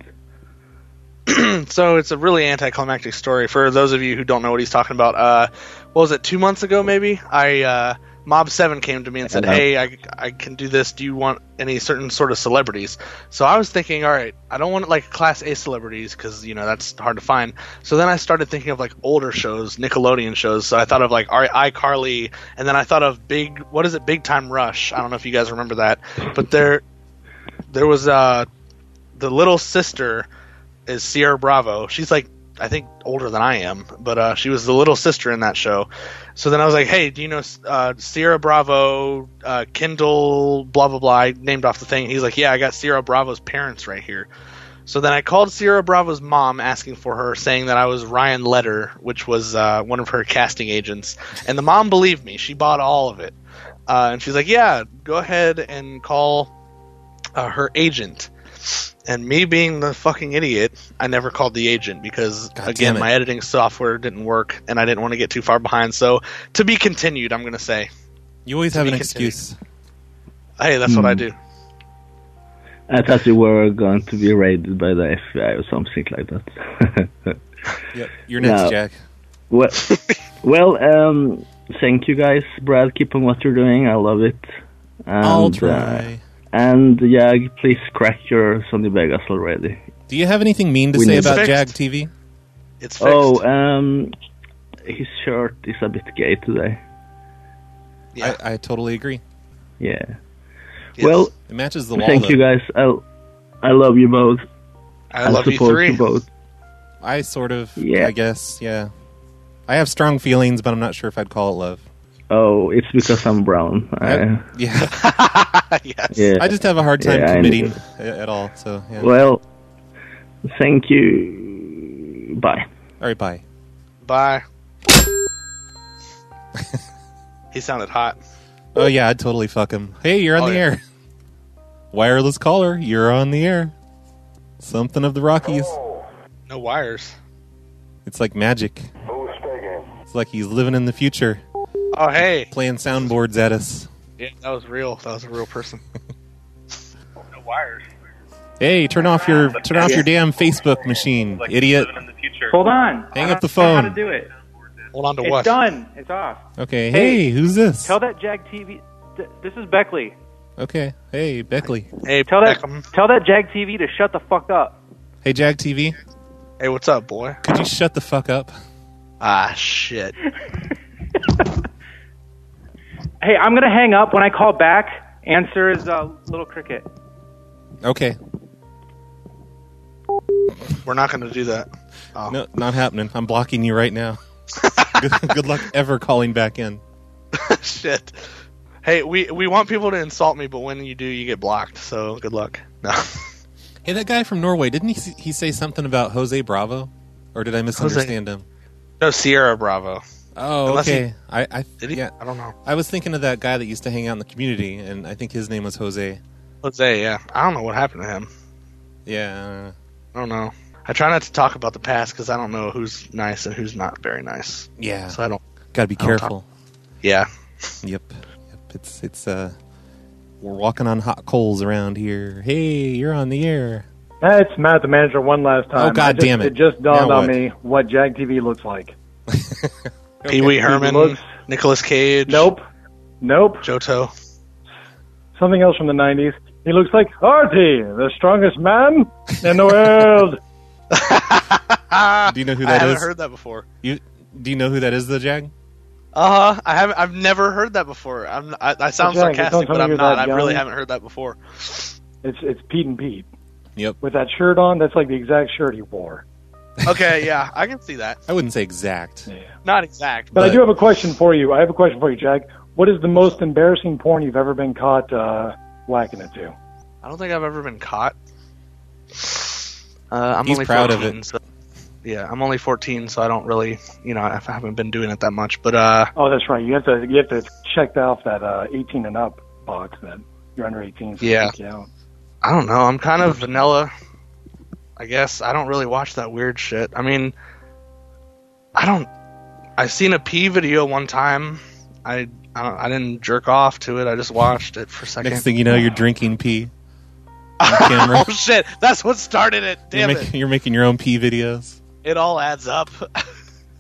so it's a really anticlimactic story for those of you who don't know what he's talking about. Uh, what was it? Two months ago, maybe. I uh, Mob Seven came to me and said, Hello. "Hey, I, I can do this. Do you want any certain sort of celebrities?" So I was thinking, all right, I don't want like Class A celebrities because you know that's hard to find. So then I started thinking of like older shows, Nickelodeon shows. So I thought of like all right, iCarly, and then I thought of Big. What is it? Big Time Rush. I don't know if you guys remember that, but there, there was uh, the little sister is Sierra Bravo. She's like I think older than I am, but uh, she was the little sister in that show. So then I was like, "Hey, do you know uh, Sierra Bravo, uh, Kendall, blah blah blah?" I named off the thing. He's like, "Yeah, I got Sierra Bravo's parents right here." So then I called Sierra Bravo's mom asking for her, saying that I was Ryan Letter, which was uh, one of her casting agents. And the mom believed me. She bought all of it. Uh, and she's like, yeah, go ahead and call uh, her agent. And me being the fucking idiot, I never called the agent because, again, it. my editing software didn't work and I didn't want to get too far behind. So to be continued, I'm going to say. You always have be an continued. excuse. Hmm. Hey, that's what I do. I thought you were going to be raided by the FBI or something like that. Yep, you're next, No. Jack. Well, well um, thank you guys, Brad. Keep on what you're doing. I love it. And, I'll Uh, and yeah, please crack your Sony Vegas already. Do you have anything mean to We say need- about Fixed. Jag TV? It's Oh, um, his shirt is a bit gay today. I, I totally agree. Yeah. Well, it matches the wall. Thank you though. guys. I I love you both. I love you support three. both. I sort of, Yeah. I guess, yeah. I have strong feelings, but I'm not sure if I'd call it love. Oh, it's because I'm brown. I, Yeah. Uh, Yeah. I just have a hard time Yeah, I committing knew. a- at all. So yeah. Well, thank you. Bye. all right, bye. Bye. he sounded hot. Oh yeah, I'd totally fuck him. Hey, you're on Oh, the yeah. air. Wireless caller, you're on the air. Something of the Rockies. No wires. It's like magic. It's like he's living in the future, Oh, hey. playing soundboards at us. Yeah, that was real. That was a real person. no wires. Hey, turn off your turn off Yeah. your damn Facebook machine, Like idiot. living in the future. Hold on. Hang I up the don't know How to phone. do it? Hold on to it's what? done. It's off. Okay. Hey. Hey, who's this? Tell that Jag TV. th- This is Beckley. Okay. Hey, Beckley. Hey, Tell that tell that Jag TV to shut the fuck up. Hey, Jag TV. Hey, what's up, boy? Could you shut the fuck up? Ah, shit. Hey, I'm gonna hang up. When I call back, answer is uh, Little Cricket. Okay. We're not going to do that. Oh. No, not happening. I'm blocking you right now. good, good luck ever calling back in. shit. Hey, we, we want people to insult me, but when you do, you get blocked. So good luck. No. Hey, that guy from Norway, didn't he he say something about Jose Bravo? Or did I misunderstand him? No, Sierra Bravo. Oh, Unless okay. he- I, I Did he? Yeah. I don't know. I was thinking of that guy that used to hang out in the community, and I think his name was Jose. Jose, yeah. I don't know what happened to him. Yeah. I don't know. I try not to talk about the past because I don't know who's nice and who's not very nice. Yeah. So I don't. Gotta be I don't talk- careful. Yeah. Yep. Yep. It's it's uh we're walking on hot coals around here. Hey, you're on the air. That's Matt, the manager, one last time. Oh, God I just- damn it. Um, It just dawned Now on what? me what Jag TV looks like. Pee Wee He Herman, looks- Nicholas Cage. Nope. Nope. Johto. Something else from the 90s. He looks like Artie, the strongest man in the world. Do you know who Ah, I that is? haven't heard that before. You do you know who that is, the Jag? Uh huh. I haven't. I've never heard that before. I'm. I, I sound Jack, don't sarcastic, tell but me I'm you're not. that I really young. haven't heard that before. It's, it's Pete and Pete. Yep. With that shirt on, that's like the exact shirt he wore. Okay. yeah, I can see that. I wouldn't say exact. Not exact. But, But, I do have a question for you. I have a question for you, Jack. What is the most embarrassing porn you've ever been caught uh, whacking it to? I don't think I've ever been caught. Uh, I'm He's only proud of 14, So, yeah, I'm only 14, so I don't really. You know, I haven't been doing it that much. But uh, Oh, that's right. You have to you have to check off that uh, 18 and up box that you're under 18. So Yeah. check you out. I don't know. I'm kind of vanilla. I guess I don't really watch that weird shit. I mean, I don't. I seen a pee video one time. I I, don't, I didn't jerk off to it. I just watched it for a second. Next thing you know, you're drinking pee on camera. oh shit! That's what started it. you're, Damn it! making, you're making your own pee videos. It all adds up.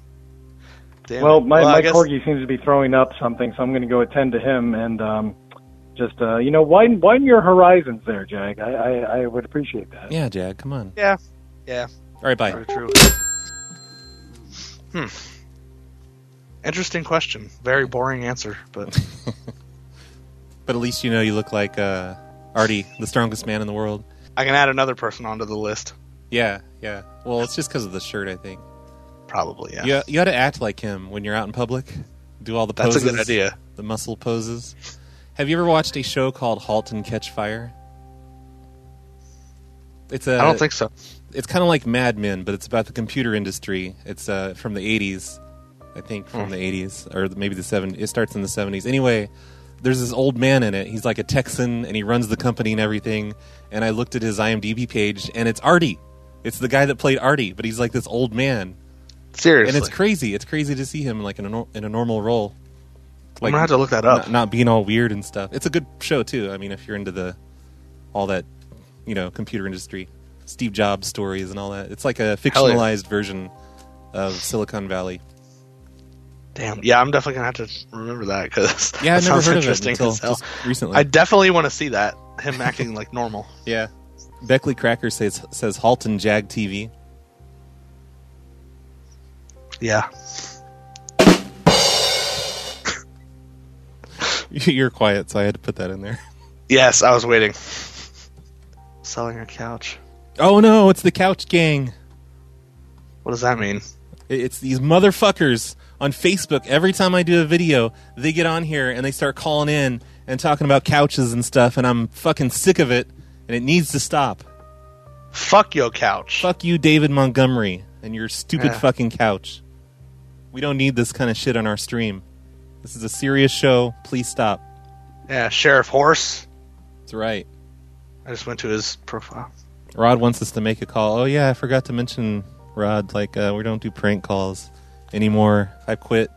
Damn Well, it. my, I my guess- corgi seems to be throwing up something, so I'm going to go attend to him and um, just uh, you know widen widen your horizons there, Jack. I, I, I would appreciate that. Yeah, Jag, come on. Yeah, yeah. All right, bye. True, true. Hmm. Interesting question. Very boring answer, but But at least you know you look like uh, Artie, the strongest man in the world. I can add another person onto the list. Yeah, Yeah. Well, it's just because of the shirt, I think. Probably, yeah. You, you got to act like him when you're out in public. Do all the That's a poses. good idea. The muscle poses. Have you ever watched a show called Halt and Catch Fire? It's a. I don't think so. It's kind of like Mad Men, but it's about the computer industry. It's uh, from the '80s, I think, from Hmm. the '80s or maybe the '70s. It starts in the '70s. Anyway, there's this old man in it. He's like a Texan, and he runs the company and everything. And I looked at his IMDb page, and it's Artie. It's the guy that played Artie, but he's like this old man. and Seriously. it's crazy. It's crazy to see him like in a nor- in a normal role. I'm gonna have to look that up. Not, not being all weird and stuff. It's a good show too. I mean, if you're into the all that, you know, computer industry, Steve Jobs stories and all that. It's like a Hell yeah. fictionalized version of Silicon Valley. Damn. Yeah, I'm definitely gonna have to remember that because Yeah, I that never sounds heard of it interesting until as hell. just recently. I definitely want to see that him acting like normal. Yeah. Beckley Cracker says says Halt and Jag TV. Yeah. You're quiet, so I had to put that in there. Yes, I was waiting. Selling a couch. Oh no, it's the Couch Gang. What does that mean? It's these motherfuckers on Facebook. Every time I do a video, they get on here and they start calling in and talking about couches and stuff, and I'm fucking sick of it, and it needs to stop. Fuck your couch. Fuck you, David Montgomery, and your stupid Yeah. fucking couch. We don't need this kind of shit on our stream. This is a serious show. Please stop. Yeah, Sheriff Horse. That's right. I just went to his profile. Rod wants us to make a call. Oh yeah, I forgot to mention Rod. Like uh, we don't do prank calls anymore. I quit.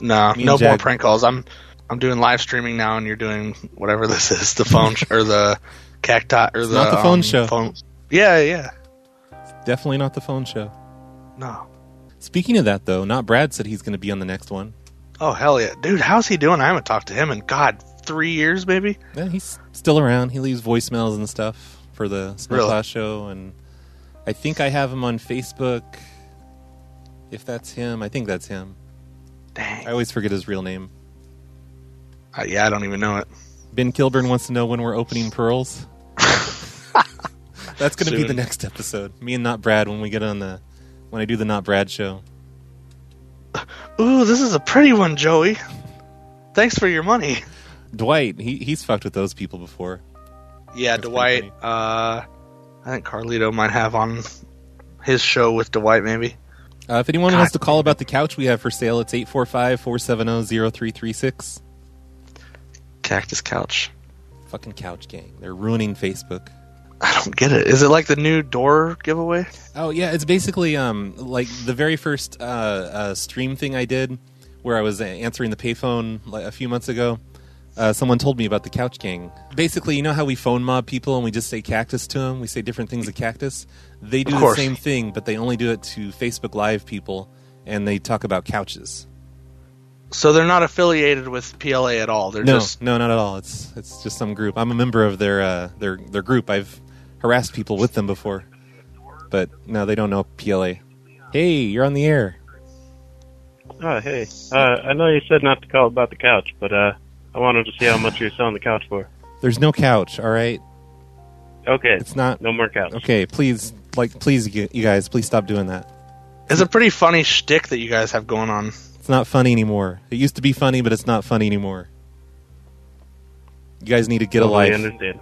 No, Uh, Me and no more Jag- prank calls. I'm I'm doing live streaming now, and you're doing whatever this is the phone sh- or the cacti or It's the not the phone um, show. Phone. Yeah, yeah. Definitely not the phone show. No. Speaking of that, though, not Brad said he's going to be on the next one. Oh hell yeah, dude! How's he doing? I haven't talked to him in God three years, maybe. Yeah, he's still around. He leaves voicemails and stuff for the Really? Snowplow show, and I think I have him on Facebook. If that's him, I think that's him. Dang. I always forget his real name. Uh, yeah, I don't even know it. Ben Kilburn wants to know when we're opening pearls. that's going to be Soon. the next episode. Me and not Brad when we get on the when I do the not Brad show. Ooh, this is a pretty one, Joey. Thanks for your money. Dwight, he he's fucked with those people before. Yeah, Dwight. Uh, I think Carlito might have on his show with Dwight, maybe. Uh, if anyone wants to call about the couch we have for sale, it's 845 470 0336. Cactus Couch. Fucking Couch Gang. They're ruining Facebook. I don't get it. Is it like the new door giveaway? Oh, yeah. It's basically um, like the very first uh, uh, stream thing I did where I was uh, answering the payphone like, a few months ago. Uh, someone told me about the Couch Gang. Basically, you know how we phone mob people and we just say cactus to them? We say different things to cactus? They do Of the course. same thing, but they only do it to Facebook Live people and they talk about couches. So they're not affiliated with PLA at all. They're no, just no, not at all. It's it's just some group. I'm a member of their uh, their their group. I've harassed people with them before, but no, they don't know PLA. Hey, you're on the air. Oh, hey. Uh, I know you said not to call about the couch, but uh, I wanted to see how much you're selling the couch for. There's no couch. All right. Okay. It's not. No more couch. Okay, please, like, please, you you guys, please stop doing that. it's a pretty funny shtick that you guys have going on. It's not funny anymore. It used to be funny, but it's not funny anymore. You guys need to get a Totally life. understand.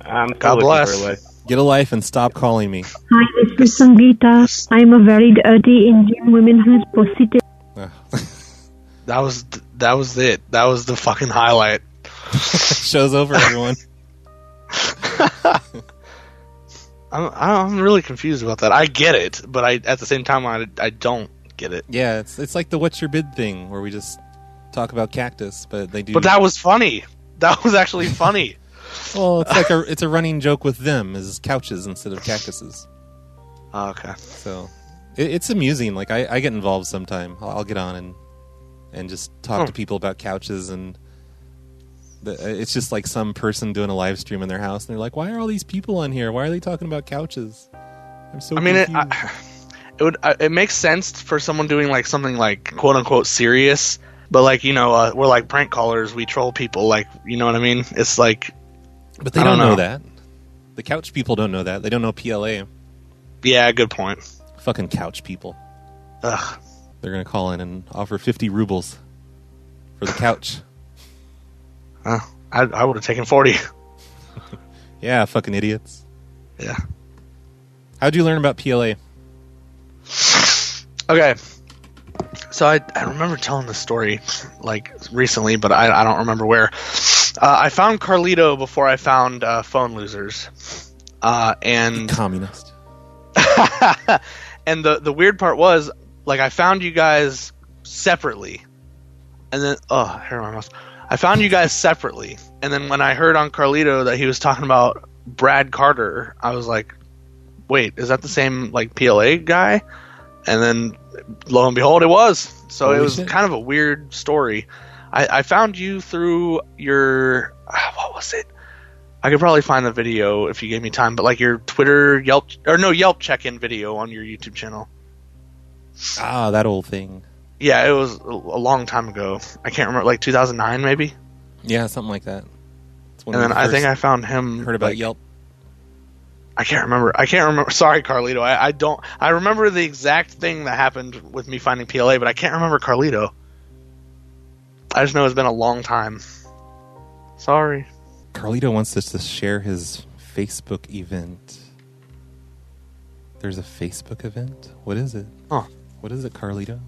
I'm still God looking bless. For a way. Get a life and stop calling me. Hi, this is Sangeeta. I'm a very dirty Indian woman who is positive. That was th- that was it. That was the fucking highlight. Show's over, everyone. I'm I'm really confused about that. I get it, but I at the same time I I don't get it. Yeah, it's it's like the what's your bid thing where we just talk about cactus, but they do. But that was funny. That was actually funny. Well, it's like a it's a running joke with them is couches instead of cactuses. Ah, okay. So it, it's amusing. Like I, I get involved sometime. I'll, I'll get on and and just talk Hmm. to people about couches and. The, it's just like some person doing a live stream in their house, and they're like, "Why are all these people on here? Why are they talking about couches?" I'm so. I mean, it, confused." I, it would I- it makes sense for someone doing like something like quote unquote serious, but like you know uh, we're like prank callers, we troll people, like you know what I mean? It's like, but they I don't don't know, know. that. The couch people don't know that. They don't know PLA. Yeah, good point. Fucking couch people. Ugh. They're gonna call in and offer fifty rubles for the couch. Uh, I, I would have taken 40. Yeah, fucking idiots. Yeah. How'd you learn about PLA? Okay. So I, I remember telling this story like recently, but I, I don't remember where. Uh, I found Carlito before I found uh, Phone Losers, uh, and communist. and the the weird part was like I found you guys separately, and then oh, hair on my mouth. I found you guys separately, and then when I heard on Carlito that he was talking about Brad Carter, I was like, wait, is that the same like PLA guy? And then lo and behold, it was. So Holy it was shit. kind of a weird story. I, I found you through your ah, what was it? I could probably find the video if you gave me time, but like your Twitter Yelp or no Yelp check-in video on your YouTube channel. Ah, that old thing. Yeah, it was a a long time ago. I can't remember, like 2009 maybe. Yeah, something like that. It's And then I think I found him. Heard about like- Yelp. I can't remember. I can't remember. Sorry, Carlito. I, I don't. I remember the exact thing that happened with me finding PLA, but I can't remember Carlito. I just know it's been a long time. Sorry. Carlito wants us to share his Facebook event. There's a Facebook event? What is it? Huh. What is it, Carlito?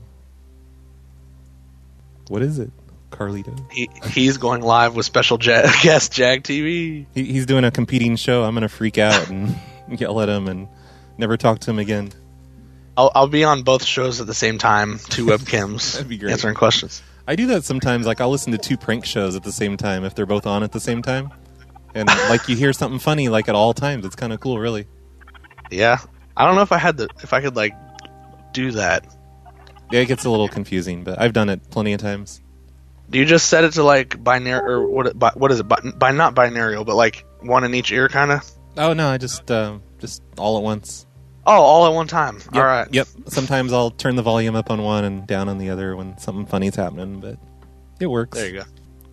What is it, Carlito? He he's going live with special ja- guest Jag TV. He, he's doing a competing show. I'm going to freak out and yell at him and never talk to him again. I'll I'll be on both shows at the same time, two webcams, That'd be great. answering questions. I do that sometimes. Like I'll listen to two prank shows at the same time if they're both on at the same time, and like you hear something funny like at all times. It's kind of cool, really. Yeah, I don't know if I had the if I could like do that. Yeah, it gets a little confusing, but I've done it plenty of times. Do you just set it to like binary or what? Bi- what is it? By, by not binarial, but like one in each ear, kind of. Oh no, I just uh, just all at once. Oh, all at one time. Yep, All right. Yep. Sometimes I'll turn the volume up on one and down on the other when something funny's happening, but it works. There you go.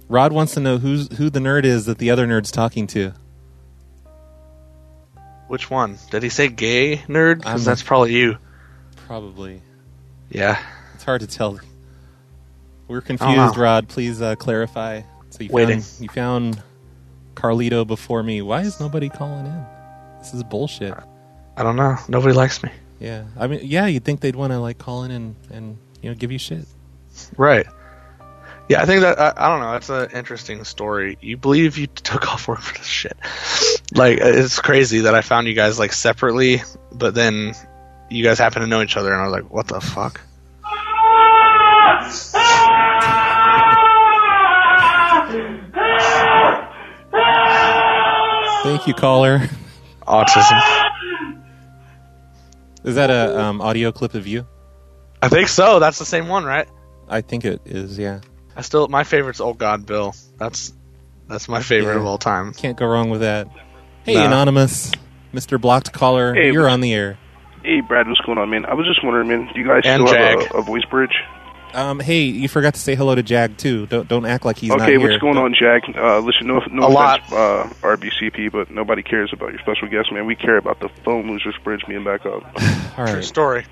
Rod wants to know who's who the nerd is that the other nerd's talking to. Which one? Did he say gay nerd? I'm- Because that's probably you. Probably. Yeah. It's hard to tell. We're I don't confused, Rod. Please uh, clarify. So you Waiting. found you found Carlito before me. Why is nobody calling in? This is bullshit. I don't know. Nobody likes me. Yeah, I mean, yeah, you'd think they'd want to like call in and and you know give you shit. Right. Yeah, I think that I, I don't know. That's an interesting story. You believe you took off work for this shit? Like it's crazy that I found you guys like separately, but then you guys happen to know each other, and I was like, what the fuck? Thank you, caller. Autism. Is that a um, audio clip of you? I think so. That's the same one, right? I think it is. Yeah, I still my favorite's Old God Bill. That's that's my favorite of all time. can't go wrong with that. Hey, Nah. anonymous, Mister Blocked Caller, Hey, you're what's- on the air. Hey, Brad, what's going on, man? I was just wondering, man, do you guys And still have Jag. a, a voice bridge? Um, hey, you forgot to say hello to Jag too. Don't don't act like he's not okay, here. what's going on, Jack? Uh, listen, no, no A offense, uh, RBCP, but nobody cares about your special guest, man. We care about the phone losers bridge being back up. All True right. story.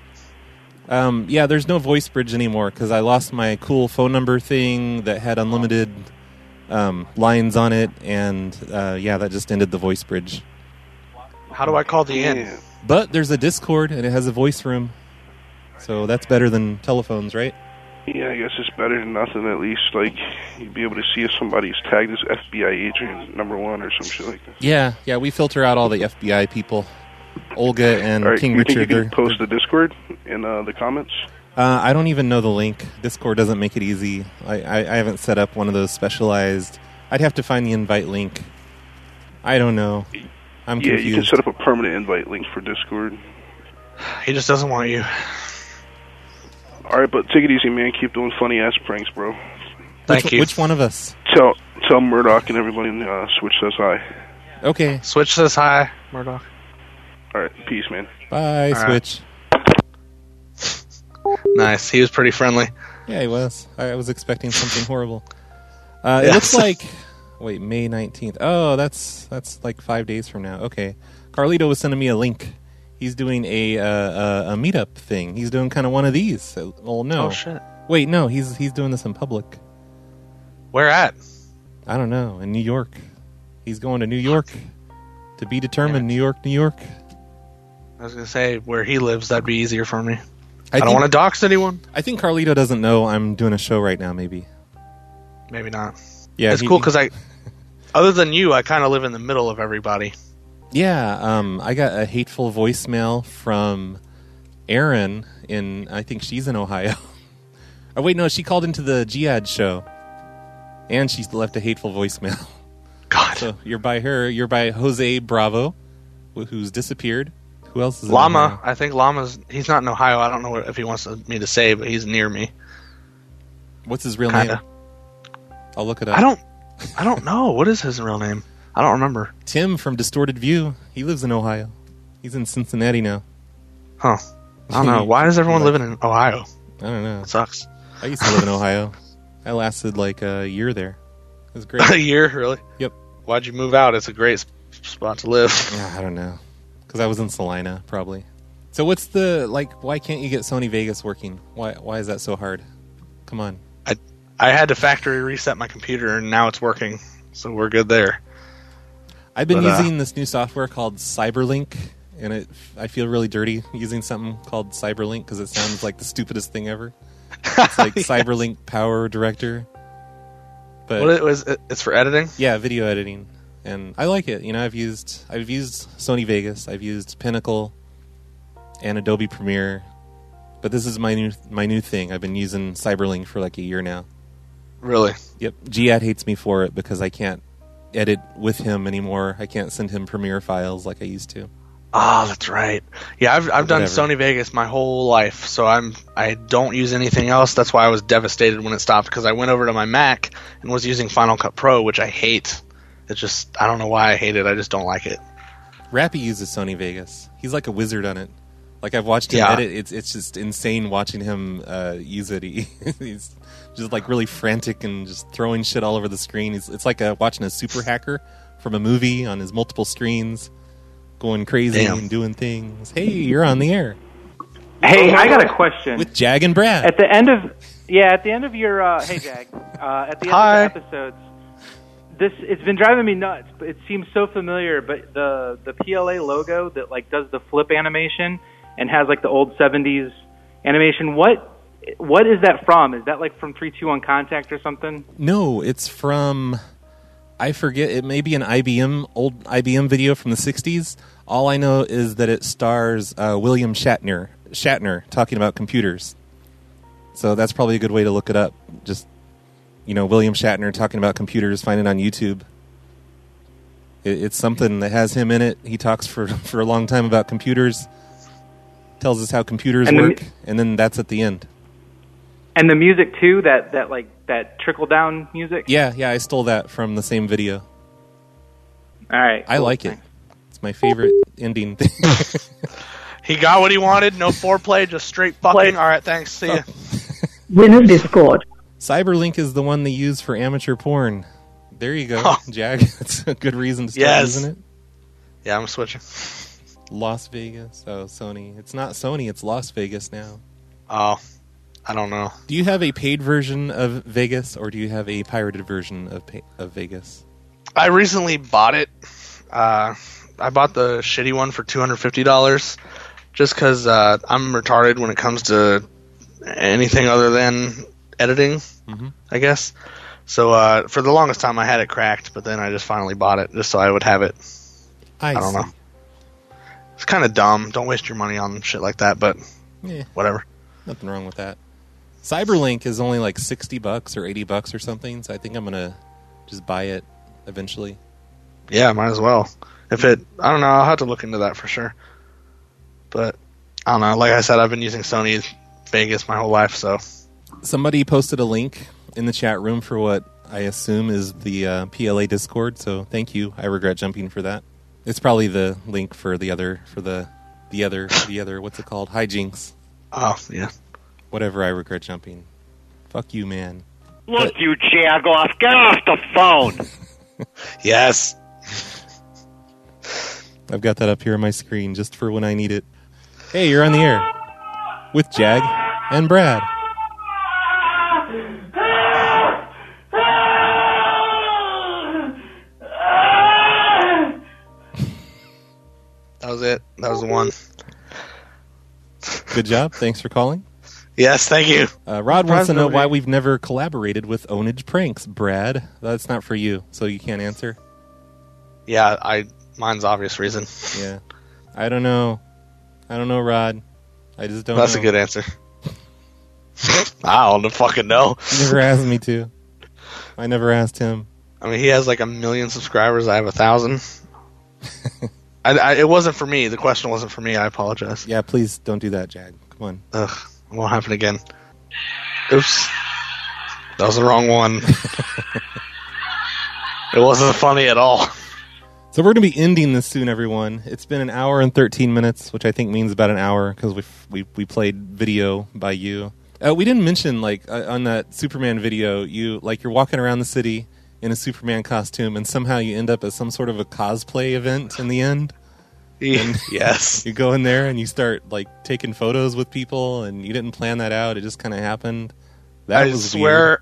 Um, yeah, there's no voice bridge anymore because I lost my cool phone number thing that had unlimited um, lines on it, and uh, yeah, that just ended the voice bridge. How do I call the end? But there's a Discord and it has a voice room, so that's better than telephones, right? Yeah, I guess it's better than nothing. At least, like, you'd be able to see if somebody's tagged as FBI agent number one or some shit like that. Yeah, yeah. We filter out all the FBI people, Olga and All right, King you think you Richard. can they're- post the Discord in uh, the comments? Uh, I don't even know the link. Discord doesn't make it easy. I, I, I haven't set up one of those specialized. I'd have to find the invite link. I don't know. I'm yeah, you can confused. set up a permanent invite link for Discord. He just doesn't want you. All right, but take it easy, man. Keep doing funny ass pranks, bro. Which, which one of us? Tell tell Murdoch and everybody in uh, Switch says hi. Okay. Switch says hi, Murdoch. All right, peace, man. Bye, All right. Switch. Nice. He was pretty friendly. Yeah, he was. I I was expecting something horrible. Uh, It Yes. looks like Wait, May 19th. Oh, that's that's like five days from now. Okay. Carlito was sending me a link. He's doing a uh, a, a meetup thing. He's doing kind of one of these. Oh well, no. Oh, shit. Wait, no. He's he's doing this in public. Where at? I don't know. In New York. He's going to New York. To be determined. New York, New York. I was gonna say where he lives. That'd be easier for me. I, don't wanna dox anyone. I think Carlito doesn't know I'm doing a show right now. Maybe. Maybe not. Yeah, it's he- cool because I, other than you, I kind of live in the middle of everybody. Yeah, um, I got a hateful voicemail from Erin in I think she's in Ohio. oh wait, no, she called into the Jihad show, and she left a hateful voicemail. God, so you're by her. You're by Jose Bravo, wh- who's disappeared. Who else is in Llama, Ohio? I think Llama's. He's not in Ohio. I don't know what, if he wants me to say, but he's near me. What's his real Kinda. name? uh, I'll look it up. I don't. I don't know. What is his real name? I don't remember. Tim from Distorted View. He lives in Ohio. He's in Cincinnati now. Huh. I don't know. Why is everyone living in Ohio? I don't know. It sucks. I used to live in Ohio. I lasted like a year there. It was great. a year, really? Yep. Why'd you move out? It's a great sp- spot to live. I don't know. Because I was in Salina, probably. So what's the like? Why can't you get Sony Vegas working? Why why is that so hard? Come on. I had to factory reset my computer, and now it's working. So we're good there. I've been But, uh, using this new software called Cyberlink, and it I feel really dirty using something called Cyberlink because it sounds like the stupidest thing ever. It's like Cyberlink Power Director. But what it was? It, it's for editing. Yeah, video editing, and I like it. You know, I've used I've used Sony Vegas, I've used Pinnacle, and Adobe Premiere, but this is my new my new thing. I've been using CyberLink for like a year now. Really? Yep. Giat hates me for it because I can't edit with him anymore. I can't send him Premiere files like I used to. Ah, that's right. Yeah, I've I've done Whatever. Sony Vegas my whole life, so I'm I don't use anything else. That's why I was devastated when it stopped because I went over to my Mac and was using Final Cut Pro, which I hate. It's just I don't know why I hate it. I just don't like it. Rappy uses Sony Vegas. He's like a wizard on it. Like I've watched him Yeah. edit. It's it's just insane watching him uh, use it. He, he's just like really frantic and just throwing shit all over the screen. It's, it's like uh watching a super hacker from a movie on his multiple screens, going crazy Damn. and doing things. Hey, you're on the air. Hey, I got a question. With Jag and Brad. At the end of yeah, at the end of your uh, hey Jag, uh, at the end Hi. of the episodes, this it's been driving me nuts. But it seems so familiar. But the the PLA logo that like does the flip animation and has like the old '70s animation. What what is that from? Is that like from Three Two One Contact or something? No, it's from I forget. It may be an IBM old IBM video from the '60s. All I know is that it stars uh, William Shatner. Shatner talking about computers. So that's probably a good way to look it up. Just you know, William Shatner talking about computers. Find it on YouTube. It, it's something that has him in it. He talks for for a long time about computers. Tells us how computers And the mu- work, and then that's at the end. And the music too. That that like that trickle down music. Yeah, yeah, I stole that from the same video. All right. I like it. It's my favorite ending thing. He got what he wanted. No foreplay, just straight fucking. All right, thanks. See ya. Winner Discord. Cyberlink is the one they use for amateur porn. There you go, Oh. Jack. That's a good reason to start Yes. using it. Yeah, I'm switching. Las Vegas. Oh, Sony. It's not Sony. It's Las Vegas now. Oh, I don't know. Do you have a paid version of Vegas, or do you have a pirated version of pa- of Vegas? I recently bought it. Uh, I bought the shitty one for two hundred fifty dollars, just because uh, I'm retarded when it comes to anything other than editing. Mm-hmm. I guess. So uh, for the longest time, I had it cracked, but then I just finally bought it just so I would have it. I don't see. know. It's kind of dumb. Don't waste your money on shit like that. But Yeah. whatever. Nothing wrong with that. Cyberlink is only like sixty bucks or eighty bucks or something. So I think I'm gonna just buy it eventually. Yeah, might as well. If it, I don't know. I'll have to look into that for sure. But I don't know. Like I said, I've been using Sony Vegas my whole life, so somebody posted a link in the chat room for what I assume is the uh, PLA Discord. So thank you. I regret jumping for that. It's probably the link for the other for the the other the other what's it called hijinks. Oh yeah. Whatever. I regret jumping. Fuck you, man. Look, you jagoff, get off the phone. Yes. I've got that up here on my screen just for when I need it. Hey, you're on the air with Jag and Brad. That was it. That was the one. Good job. Thanks for calling. Yes, thank you. Uh, Rod wants to know Surprised nobody- why we've never collaborated with Ownage Pranks. Brad, that's not for you, so you can't answer. Yeah, I. Mine's obvious reason. Yeah. I don't know. I don't know, Rod. I just don't That's know. a good answer. I don't fucking know. He never asked me to. I never asked him. I mean, he has like a million subscribers. I have a thousand. I, I, it wasn't for me. The question wasn't for me. I apologize. Yeah, please don't do that, Jag. Come on. Ugh, it won't happen again. Oops. That was the wrong one. it wasn't funny at all. So we're going to be ending this soon, everyone. It's been an hour and 13 minutes, which I think means about an hour because we we we played video by you. Uh, we didn't mention like uh, on that Superman video, you like you're walking around the city in a Superman costume, and somehow you end up at some sort of a cosplay event in the end. And yes, you go in there and you start like taking photos with people, and you didn't plan that out. It just kind of happened. That I was swear, weird.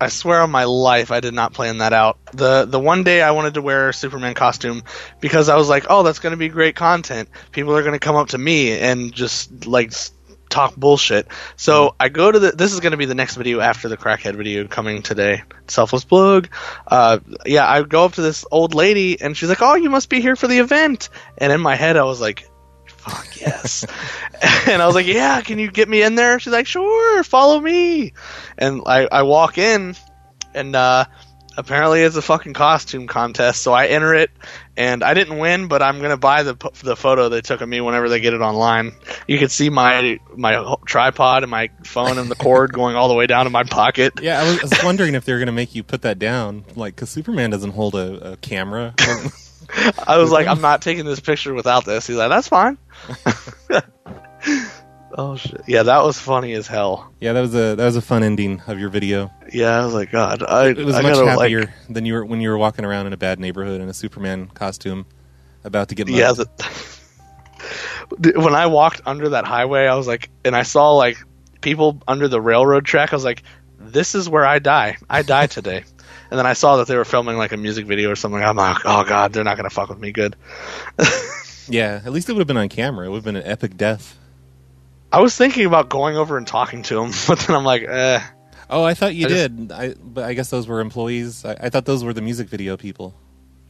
I swear on my life, I did not plan that out. the The one day I wanted to wear a Superman costume because I was like, "Oh, that's going to be great content. People are going to come up to me and just like s- talk bullshit." Mm-hmm. So I go to the. This is going to be the next video after the crackhead video coming today. Selfless plug. Uh, yeah, I go up to this old lady and she's like, "Oh, you must be here for the event." And in my head, I was like, "Fuck yes." and I was like, "Yeah, can you get me in there?" She's like, "Sure, follow me." And I, I walk in, and uh, apparently it's a fucking costume contest. So I enter it, and I didn't win, but I'm gonna buy the p- the photo they took of me whenever they get it online. You can see my my whole tripod and my phone and the cord going all the way down to my pocket. Yeah, I was, I was wondering if they were going to make you put that down, like because Superman doesn't hold a, a camera. I was like, I'm not taking this picture without this. He's like, that's fine. oh shit! Yeah, that was funny as hell. Yeah, that was a that was a fun ending of your video. Yeah, I was like, God, I it was I much gotta, like- happier than you were when you were walking around in a bad neighborhood in a Superman costume, about to get mugged. Yeah, the- when I walked under that highway, I was like, and I saw like people under the railroad track. I was like, this is where I die. I die today. and then I saw that they were filming like a music video or something. I'm like, oh god, they're not gonna fuck with me good. yeah. At least it would have been on camera. It would have been an epic death. I was thinking about going over and talking to him, but then I'm like, eh. Oh, I thought you I just- did. I but I guess those were employees. I, I thought those were the music video people.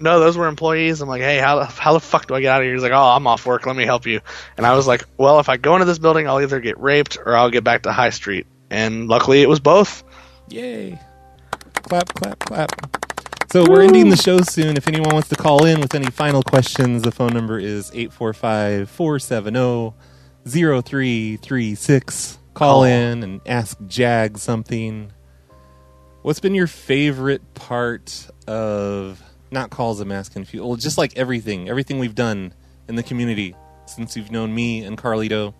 No, those were employees. I'm like, hey, how, how the fuck do I get out of here? He's like, oh, I'm off work. Let me help you. And I was like, well, if I go into this building, I'll either get raped or I'll get back to High Street. And luckily, it was both. Yay! Clap, clap, clap. So we're ending the show soon. If anyone wants to call in with any final questions, the phone number is oh, 845-470-0336. Call Call. in and ask Jag something. What's been your favorite part of not calls a mass confusion? Well, just like everything, everything we've done in the community since you've known me and Carlito.